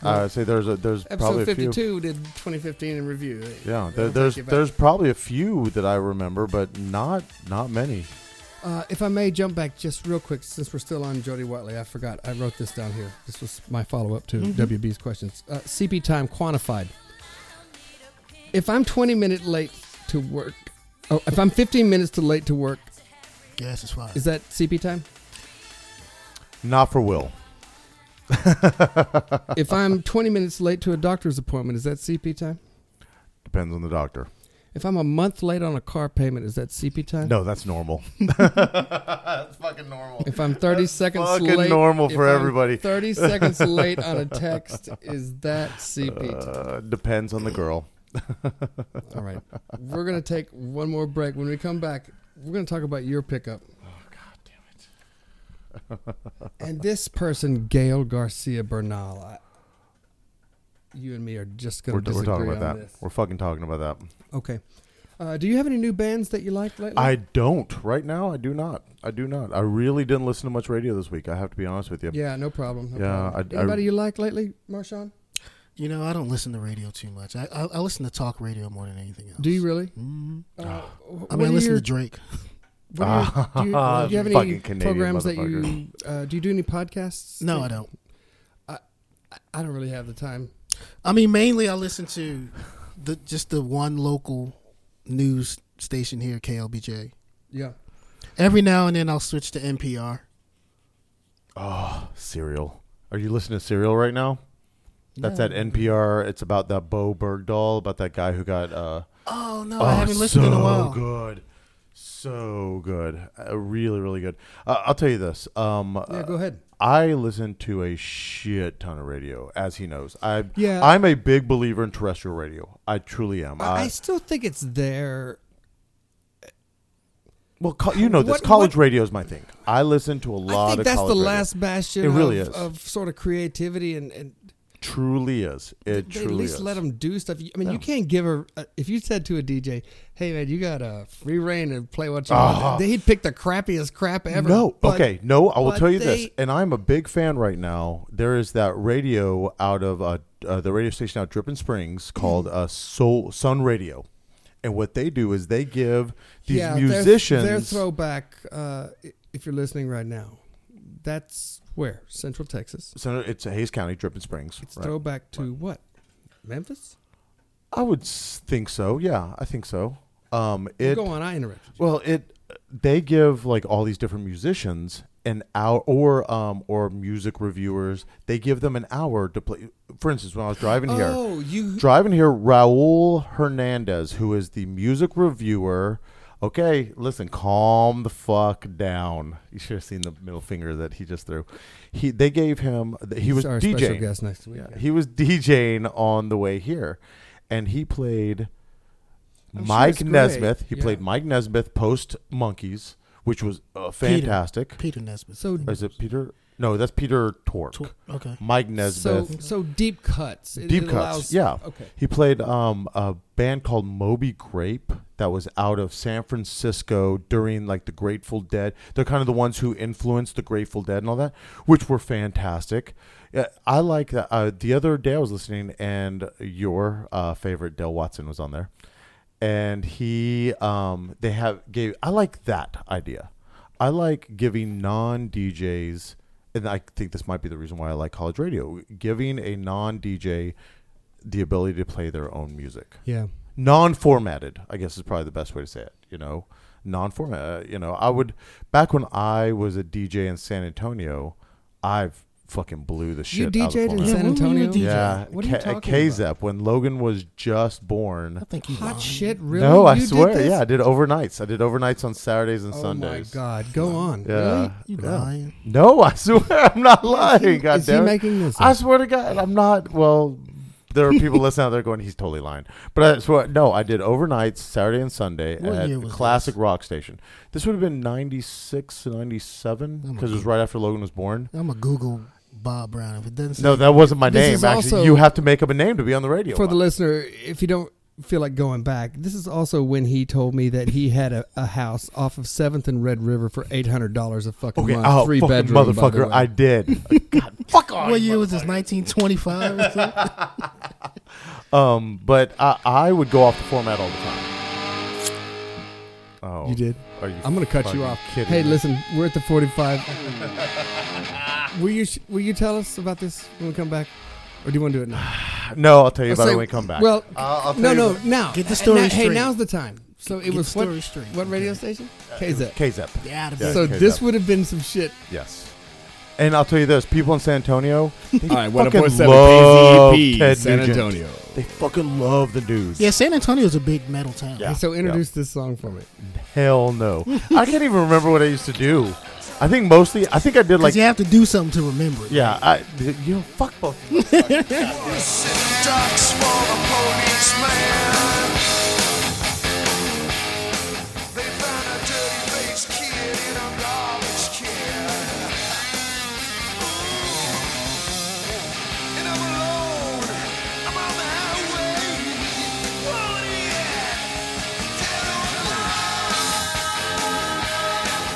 I say there's a there's probably episode a fifty few. two did twenty fifteen in review. Yeah, there, It'll take there's you back. there's probably a few that I remember, but not not many. Uh, if I may jump back just real quick, since we're still on Jody Whiteley, I forgot I wrote this down here. This was my follow up to Mm-hmm. WB's questions. Uh, CP time quantified. If I'm 20 minutes late to work, oh, if I'm 15 minutes too late to work, Gas is fine. is that CP time? Not for Will. if I'm 20 minutes late to a doctor's appointment, is that CP time? Depends on the doctor. If I'm a month late on a car payment, is that CP time? No, that's normal. that's fucking normal. If I'm 30 seconds fucking late, normal if for I'm everybody. 30 seconds late on a text, is that CP time? Uh, depends on the girl. All right. We're going to take one more break. When we come back, we're going to talk about your pickup. Oh, God damn it. and this person, Gail Garcia Bernal, I, you and me are just We're, going to we're disagree talking about on that. this. We're fucking talking about that. Okay. Uh, do you have any new bands that you like lately? I don't right now. I do not. I do not. I really didn't listen to much radio this week. I have to be honest with you. yeah, no problem. no Yeah, problem. I- I- Anybody you like lately, Marshawn? You know, I don't listen to radio too much. I, I, I listen to talk radio more than anything else. Do you really? Mm. Uh, I what mean, I are listen your- to Drake. what are your- do you- Ah, do you have any fucking Canadian programs that you motherfucker. uh, do? You do any podcasts? No, I don't. I don't really have the time. I mean, mainly I listen to the just the one local news station here, KLBJ. Yeah. Every now and then I'll switch to NPR. Serial. Are you listening to Serial right now? That's that NPR. It's about that Bo Bergdahl, about that guy who got. Uh, Oh no, oh, I haven't listened so in a while. good, so good, uh, really, really good. Uh, I'll tell you this. Um, Yeah, go ahead. I listen to a shit ton of radio, as he knows. I Yeah. I'm a big believer in terrestrial radio. I truly am. I, I still think it's there. Well, co- you know this. What- college what- radio is my thing. I listen to a lot I think of that's the college radio. last bastion It really of, is. of sort of creativity, and, and Truly is. It they at truly least is. let them do stuff. I mean, you can't give a, a if you said to a DJ, "Hey man, you got a free reign to play what you want," they'd pick the crappiest crap ever. Ah. no, but- okay, no. I will but tell you they- this, and I'm a big fan right now. There is that Mm-hmm. radio out of uh, uh, the radio station out of Dripping Springs called uh, Soul Sun Radio, And what they do is they give these yeah, their- musicians Their, throwback, uh, i- if you're listening right now, that's where? Central Texas. So it's Hayes County, Dripping Springs. It's throwback to what? Memphis? I would s- think so. Yeah, I think so. Um, it Go on, I interrupted you. well, it they give like all these different musicians an hour or um or music reviewers. They give them an hour to play. For instance, when I was driving here, Oh, you- driving here, Raul Hernandez, who is the music reviewer. Okay, listen, calm the fuck down. You should have seen the middle finger that he just threw. He they gave him he was He's our DJing. special guest next week, yeah. He was DJing on the way here, and he played I'm sure Mike it's great. Nesmith. He Yeah. played Mike Nesmith post Monkeys, which was uh, fantastic. Peter Nesbitt. So, Is it Peter? No, that's Peter Tork. Tw- okay. Mike so, Nesmith. so deep cuts. It- Deep it cuts. allows- yeah. Okay. He played um, a band called Moby Grape that was out of San Francisco during like the Grateful Dead. They're kind of the ones who influenced the Grateful Dead and all that, which were fantastic. Yeah, I like that. Uh, the other day I was listening, and your uh, favorite Dale Watson was on there, and he um, they have gave. I like that idea. I like giving non DJs, and I think this might be the reason why I like college radio, giving a non DJ the ability to play their own music. Yeah. Non formatted, I guess is probably the best way to say it, you know? Non format. You know, I would, back when I was a DJ in San Antonio, I fucking blew the shit You out of the DJ'd in format. San when were you Antonio? DJing? yeah, What are you K- at talking KZEP about? when Logan was just born. I think you Hot lied. shit, really? No, I You did swear. this? Yeah, I did overnights. I did overnights on Saturdays and Oh Sundays. my God. Go on. Yeah. Really? You Yeah. lying. No, I swear I'm not lying. God is he damn it. making this I up? swear to God, I'm not. Well, there are people listening out there going, "He's totally lying." But I swear, no, I did overnights Saturday and Sunday What at year the was Classic Rock Station. This would have been 96 to 97 Oh because it was right after Logan was born. I'm a Google Bob Brown. If it doesn't say No, that wasn't my This name. is Actually, also- you have to make up a name to be on the radio. For the listener, if you don't feel like going back, this is also when he told me that he had a, a house off of Seventh and Red River for eight hundred dollars a fucking okay, month, oh, three fucking bedroom. by the motherfucker, way. I did. God, fuck off. what year was this? 1925. or something? Um, but I, I would go off the format all the time. Oh, you did. Are you I'm gonna cut fucking you off. kidding hey, me? listen, we're at the forty-five. will you sh- will you tell us about this when we come back, or do you want to do it now? No, I'll tell you Or about say- it when we come back. Well, I'll- I'll no, tell you no, about- now Get the story Now- Hey, straight. now's the time. So it Get was the what, story straight. Uh, what radio station? KZ. KZEP. Yeah, out of Yeah. it. So KZ. this would have been some shit. Yes. And I'll tell you this: people in San Antonio, they All right, fucking 1047 love E KZEP, Ted San Nugent. Antonio. They fucking love the dudes. Yeah, San Antonio is a big metal town. Yeah. So introduce this song for me. Hell no. I can't even remember what I used to do. I think mostly. I think I did like. Because you have to do something to remember it. Yeah. I. You know, fuck both. of you. Ducks for the policeman. They found a dirty-faced kid in a garbage can. And I'm alone. I'm on the highway. What yeah.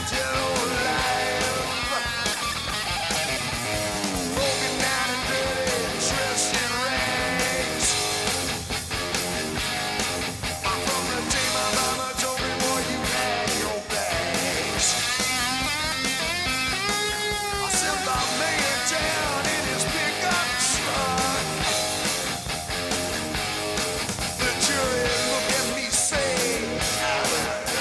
Dead or alive. Dead or alive. Broken down and dirty, dressed in rags. I'm from the day my mama told me, boy, you pack your bags. I sent the man down in his pickup truck. The jury looked at me, say,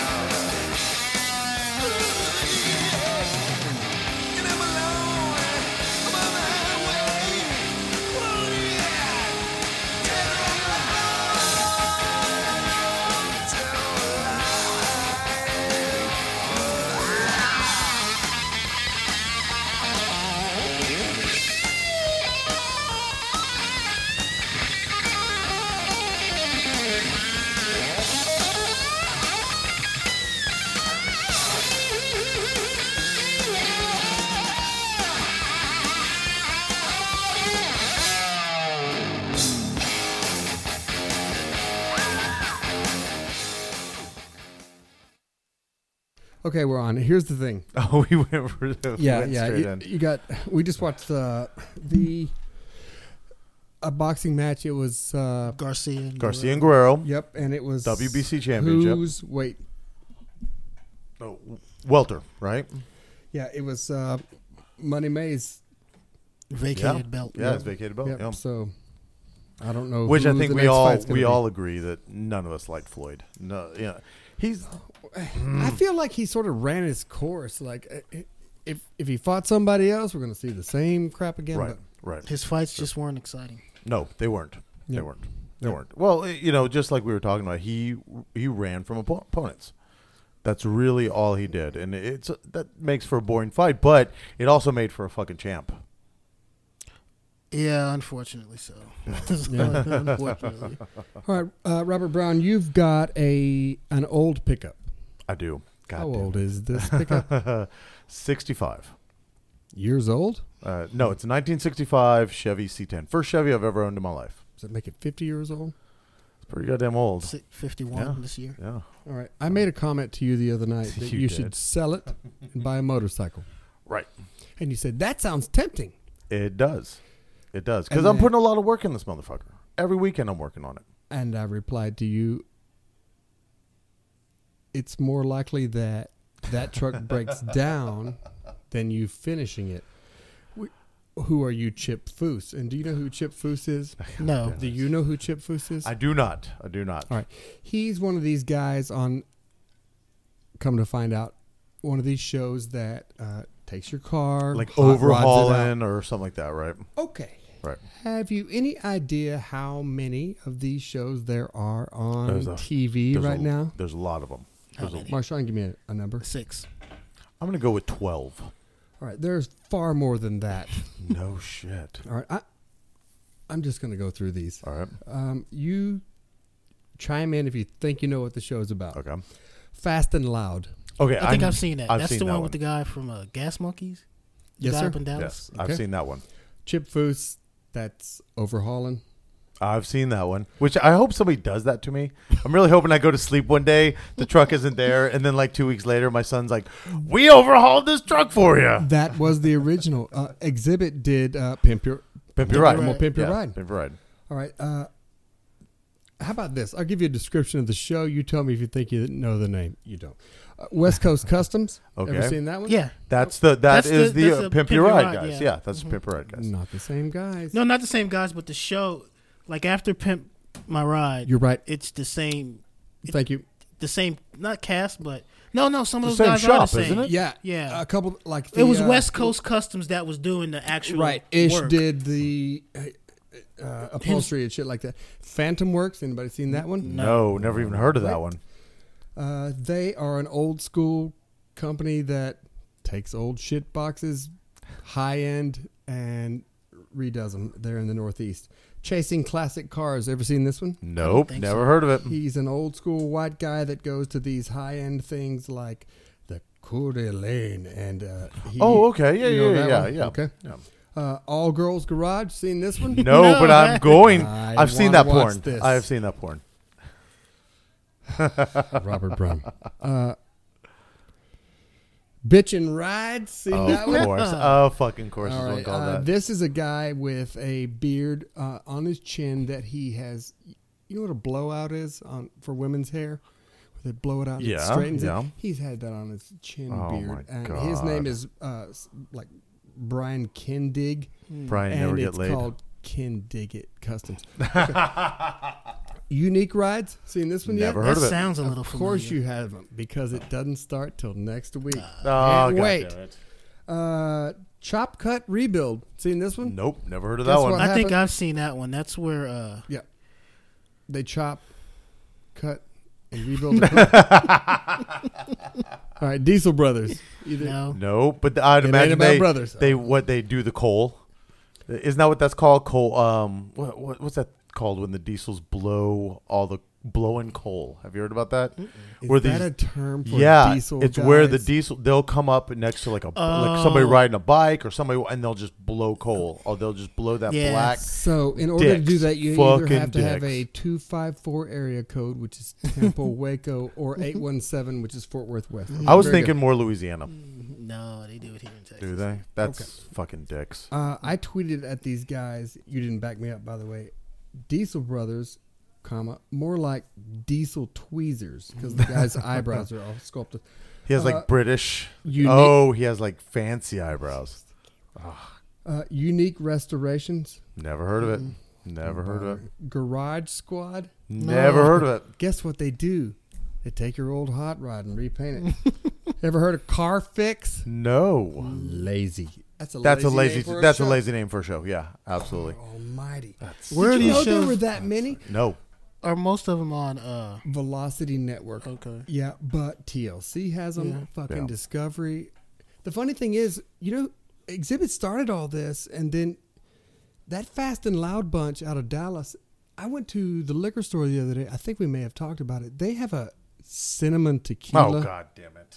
And I'm alone. I'm on the highway. Oh, yeah. Dead or alive. Dead or alive. Okay, we're on. Here's the thing. Oh, we went. For, yeah, went yeah. straight You, in. you got. We just watched the the uh, a boxing match. It was uh, Garcia. Garcia and Guerrero. yep, and it was WBC championship. Who's wait? Oh, Welter, right? Yeah, it was uh, Money Mays. Vacated belt. Yeah, it's vacated belt. Yep, yeah. So I don't know. Oh, Which I who think the we next all fight's gonna we be. all agree that none of us liked Floyd. No, yeah, he's Oh, Mm. I feel like he sort of ran his course. Like uh, if if he fought somebody else, we're going to see the same crap again. right, But right. His fights just weren't exciting. No, they weren't. They Yeah. weren't. They weren't. Well, i- you know, just like we were talking about, he he ran from oppo- opponents. That's really all he did, and it's that makes for a boring fight, but it also made for a fucking champ. Yeah, unfortunately so. unfortunately. all right, uh, Robert Brown, you've got a an old pickup. I do. God How damn old it. is this pickup? Sixty-five. Years old? Uh, no, it's a 1965 Chevy C10. First Chevy I've ever owned in my life. Does that make it 50 years old? It's pretty goddamn old. Si- 51 Yeah. this year. Yeah. All right. I made a comment to you the other night that You you, did. should sell it and buy a motorcycle. Right. And you said, that sounds tempting. It does. It does. Because And I'm then- putting a lot of work in this motherfucker. Every weekend I'm working on it. And I replied to you, it's more likely that that truck breaks down than you finishing it. Wh- Who are you, Chip Foose? And do you know who Chip Foose is? No. Do you know who Chip Foose is? I do not. I do not. All right. He's one of these guys on, come to find out, one of these shows that uh, takes your car, Like hot rods it out. overhauling or something like that, right? Okay. Right. Have you any idea how many of these shows there are on There's a- TV There's a- right now? There's a lot of them. There's a, Marshawn, give me a, a number. Six. I'm going to go with 12. All right. There's far more than that. No shit. All right. I, I'm just going to go through these. All right. Um, you chime in if you think you know what the show is about. Okay. Fast and Loud. Okay. I think I'm- I've seen that. I've That's seen the that one, with the guy from uh, Gas Monkeys. The Yes, guy sir. up in Dallas. Yes. I've Okay. seen that one. Chip Foose, that's overhauling. I've seen that one, which I hope somebody does that to me. I'm really hoping I go to sleep one day, the truck isn't there, and then like two weeks later, my son's like, "We overhauled this truck for you." That was the original. Uh, Exhibit did uh, Pimp Your. Pimp your ride, Well, Pimp Your Ride. Pimp your ride. All right. Uh, how about this? I'll give you a description of the show. You tell me if you think you know the name. You don't. Uh, West Coast Customs. Ever Okay. seen that one? Yeah. That's the that That's is the- the, that's uh, the pimp your ride, guys. Yeah, that's the pimp your ride, guys. Not the same guys. No, not the same guys, but the show, like after Pimp My Ride, You're right. it's the same, Thank you. the same, not cast, but no, no, some The of those same guys are the shop, same. isn't it? Yeah. Yeah. A couple like It was the, uh, West Coast Customs that was doing the actual Right. Ish work. did the uh, uh, upholstery and shit like that. Phantom Works. Anybody seen that one? No, never even heard of that one. Uh, they are an old school company that takes old shit boxes, high end, and redoes them. They're in the Northeast. Chasing classic cars. Ever seen this one? Nope, think never heard of it. He's an old school white guy that goes to these high end things like the Coeur d'Alene and. Uh, he- Oh, okay, yeah, you know yeah, that yeah, one? yeah. Okay. Yeah. Uh, All Girls Garage. Seen this one? No, but I'm going. I I've seen wanna that watch porn. this. I have seen that porn. Robert Brown. Uh, Bitch and Ride. Seen Oh, that of one? course. Oh, fucking course All is what right, called uh, that. This is a guy with a beard uh, on his chin that he has. You know what a blowout is on for women's hair? Where they blow it out and it Yeah, straightens yeah. it. He's had that on his chin Oh, beard. my and His name God. is uh, s- like Brian Kindig. Brian and never it's get laid. called Kindigit Customs. Unique rides. Seen this one Never yet? heard That of it. sounds a little Of familiar. course you haven't because it doesn't start till next week. Oh, Can't God wait. damn it. Uh, chop, cut, rebuild. Seen this one? Nope, never heard of Guess that one. what? I think happened? I've seen that one. That's where uh, Yeah. They chop, cut, and rebuild. the car. All right, Diesel Brothers. Either no, No, but th- I'd It ain't imagine about they, brothers. they what they do the coal. Isn't that what that's called? Coal. Um, what, what what's that called when the diesels blow all the blowing coal? Have you heard about that? is Where that these- a term for yeah, diesel? it's where the guys? diesel they'll come up next to like a like somebody riding a bike or somebody, and they'll just blow coal or they'll just blow that Yeah. black. So in order to do Dicks. that, you Fucking either have to have a dicks. two five four area code, which is Temple Waco, or eight one seven, which is Fort Worth West. I was Very thinking more Louisiana. No, they do it here in Texas. Do they? That's fucking dicks. Uh, I tweeted at these guys. You didn't back me up, by the way. Diesel Brothers, comma more like Diesel Tweezers because the guy's eyebrows are all sculpted. He has like uh, British. unique- oh, he has like fancy eyebrows. Uh, unique restorations. Never heard of it. Never heard of it. Garage Squad. Never heard of it. Guess what they do? They take your old hot rod and repaint it. Ever heard of Car Fix? No. Lazy. That's a That's a lazy. lazy. name for that's a shop. lazy name for a show. Yeah, absolutely. Almighty. Where are Did you these know shows? there were that many? No. Are most of them on? Uh, Velocity Network. Okay. Yeah, but TLC has them. Fucking Yeah. Discovery. The funny thing is, you know, Exhibit started all this, and then that Fast and Loud bunch out of Dallas. I went to the liquor store the other day. I think we may have talked about it. They have a cinnamon tequila. Oh god damn it.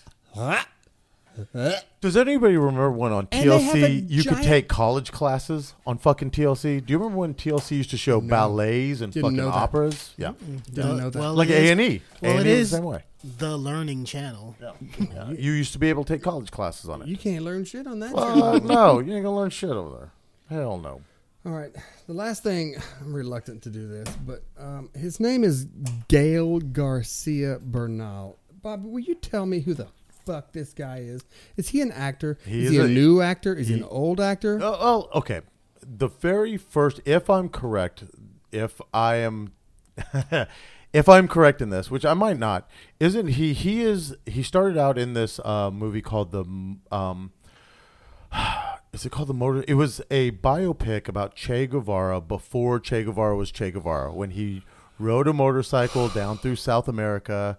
Does anybody remember when on And they have a TLC you could giant- take college classes on fucking TLC? Do you remember when TLC used to show ballets and Didn't fucking know that. operas? Yeah, Didn't know that. well, like it A is- and E. Well, A&E it was is the same way. the Learning Channel. Yeah. You used to be able to take college classes on it. You can't learn shit on that. Uh, no, you ain't gonna learn shit over there. Hell no. All right. The last thing, I'm reluctant to do this, but um, his name is Gail Garcia Bernal. Bob, will you tell me who the fuck this guy is? Is he an actor? He is is, he a, a- new actor? Is he, Uh, an old actor? Oh, oh, okay. The very first, if I'm correct, if I am, if I'm correct in this, which I might not, isn't he? He is. He started out in this uh, movie called the. Um, is it called the motor? It was a biopic about Che Guevara before Che Guevara was Che Guevara when he rode a motorcycle down through South America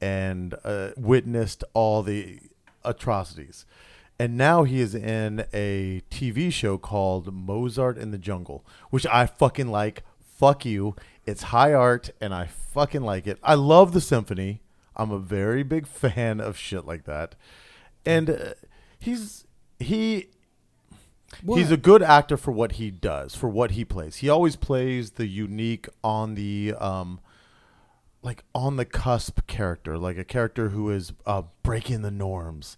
and uh, witnessed all the atrocities. And now he is in a TV show called Mozart in the Jungle, which I fucking like. Fuck you. It's high art and I fucking like it. I love the symphony. I'm a very big fan of shit like that. And uh, he's he He's a good actor for what he does, for what he plays. He always plays the unique on the um like on the cusp character, like a character who is uh breaking the norms.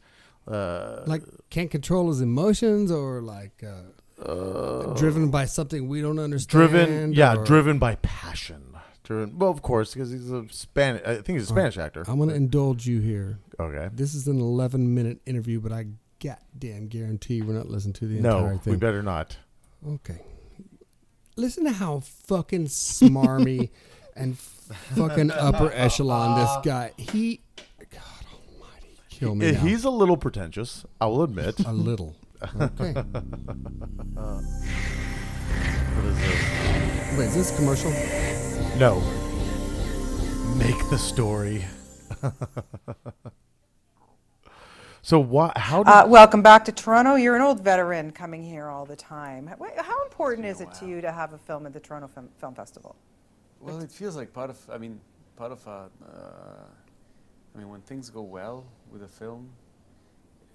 Uh like, can't control his emotions or like uh, driven by something we don't understand? driven, yeah, or- driven by passion. Driven, well, of course, because he's a Spanish. I think he's a Spanish actor. Uh, I'm going to indulge you here. Okay. This is an 11 minute interview, but I goddamn guarantee we're not listening to the entire No, thing. we better not. Okay. Listen to how fucking smarmy and fucking upper echelon Uh, this guy. He, God Almighty, kill me. Eh, now. He's a little pretentious. I will admit. a little. Okay. Wait, What is this? is this commercial? No. Make the story. so why? How did? Uh, welcome back to Toronto. You're an old veteran coming here all the time. Wh- How important is it to you to have a film at the Toronto Film, Film Festival? Well, it feels like part of, I mean, part of, uh, uh, I mean, when things go well with a film,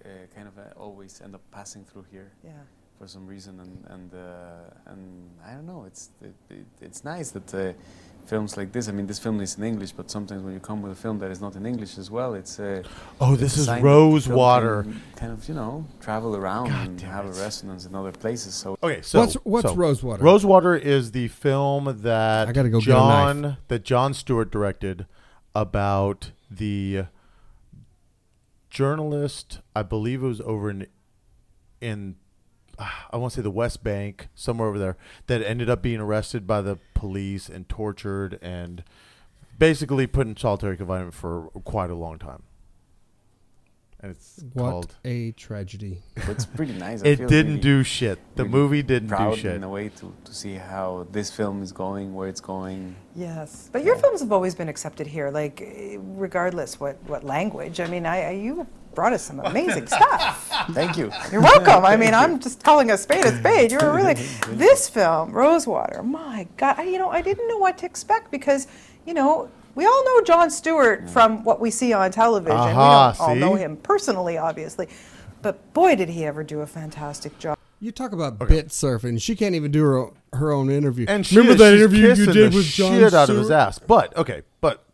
uh, kind of uh, always end up passing through here Yeah. for some reason, and and uh, and I don't know. It's it, it, it's nice that uh, films like this. I mean, this film is in English, but sometimes when you come with a film that is not in English as well, it's. Uh, oh, it's this a is sign that the film Rosewater. can Kind of, you know, travel around God and damn have it. a resonance in other places. So Okay, so What's- what's so, Rosewater? Rosewater is the film that I gotta go get a John that John Stewart directed about the journalist. I believe it was over in in ah, I want to say the West Bank, somewhere over there, that ended up being arrested by the police and tortured and basically put in solitary confinement for quite a long time. And it's What called. a tragedy. it's pretty nice. I It feel didn't really- do shit. The really movie didn't do proud shit. in a way to, to see how this film is going, where it's going. Yes. But your films have always been accepted here, like eh, regardless what, what language. I mean, I, I you brought us some amazing stuff. Thank you. You're welcome. I mean, I'm just calling a spade a spade. You were really this film, Rosewater. My God, I, you know, I didn't know what to expect because, you know, we all know John Stewart from what we see on television. Aha, we don't all know see? him personally, obviously, but boy, did he ever do a fantastic job. You talk about bit surfing. She can't even do her own, her own interview. And she remember is, that she's interview you kissing did the with John shit out of his Stewart? ass. But okay, but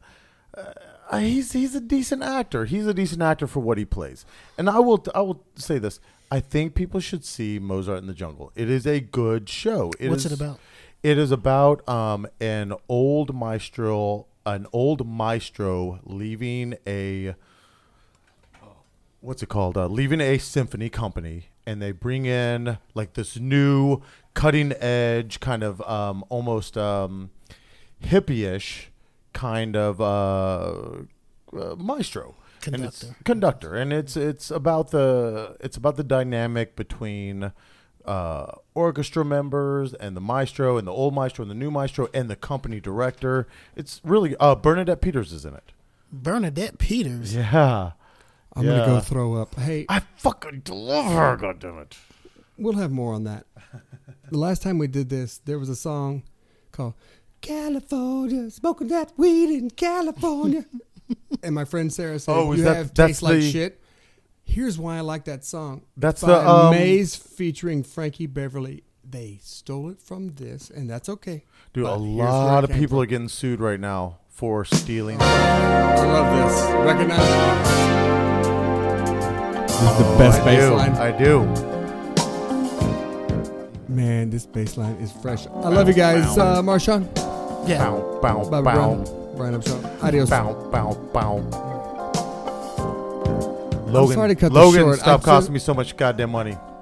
uh, uh, he's he's a decent actor. He's a decent actor for what he plays. And I will I will say this. I think people should see Mozart in the Jungle. It is a good show. is- What's it about? It is about um, an old maestro, an old maestro leaving a what's it called? Uh, leaving a symphony company, and they bring in like this new cutting edge kind of um, almost um, hippie-ish kind of uh, uh, maestro And it's- Conductor. conductor, and it's it's about the it's about the dynamic between. Uh, orchestra members and the maestro and the old maestro and the new maestro and the company director. It's really uh, Bernadette Peters is in it. Bernadette Peters. Yeah, I'm gonna go Yeah. throw up. Hey, I fucking love her. God damn it. we'll have more on that. the last time we did this, there was a song called "California," smoking that weed in California. and my friend Sarah said, Oh, is "You that- have that's taste like the- shit." Here's why I like that song. That's by the, um, Maze featuring Frankie Beverly. They stole it from this, and that's okay. Dude, a But here's where lot it of came people are getting sued right now for stealing. from. I love this. Recognize it. This is the best I bass do. line. I do. Man, this bass line is fresh. I love you guys. Uh, Marshawn. Yeah. Bow, bow, Bye, Brian. bow, Brian Upshaw. Adios. bow, bow, bow. Logan, sorry to cut this Logan, short. stop I'm so- costing me so much goddamn money.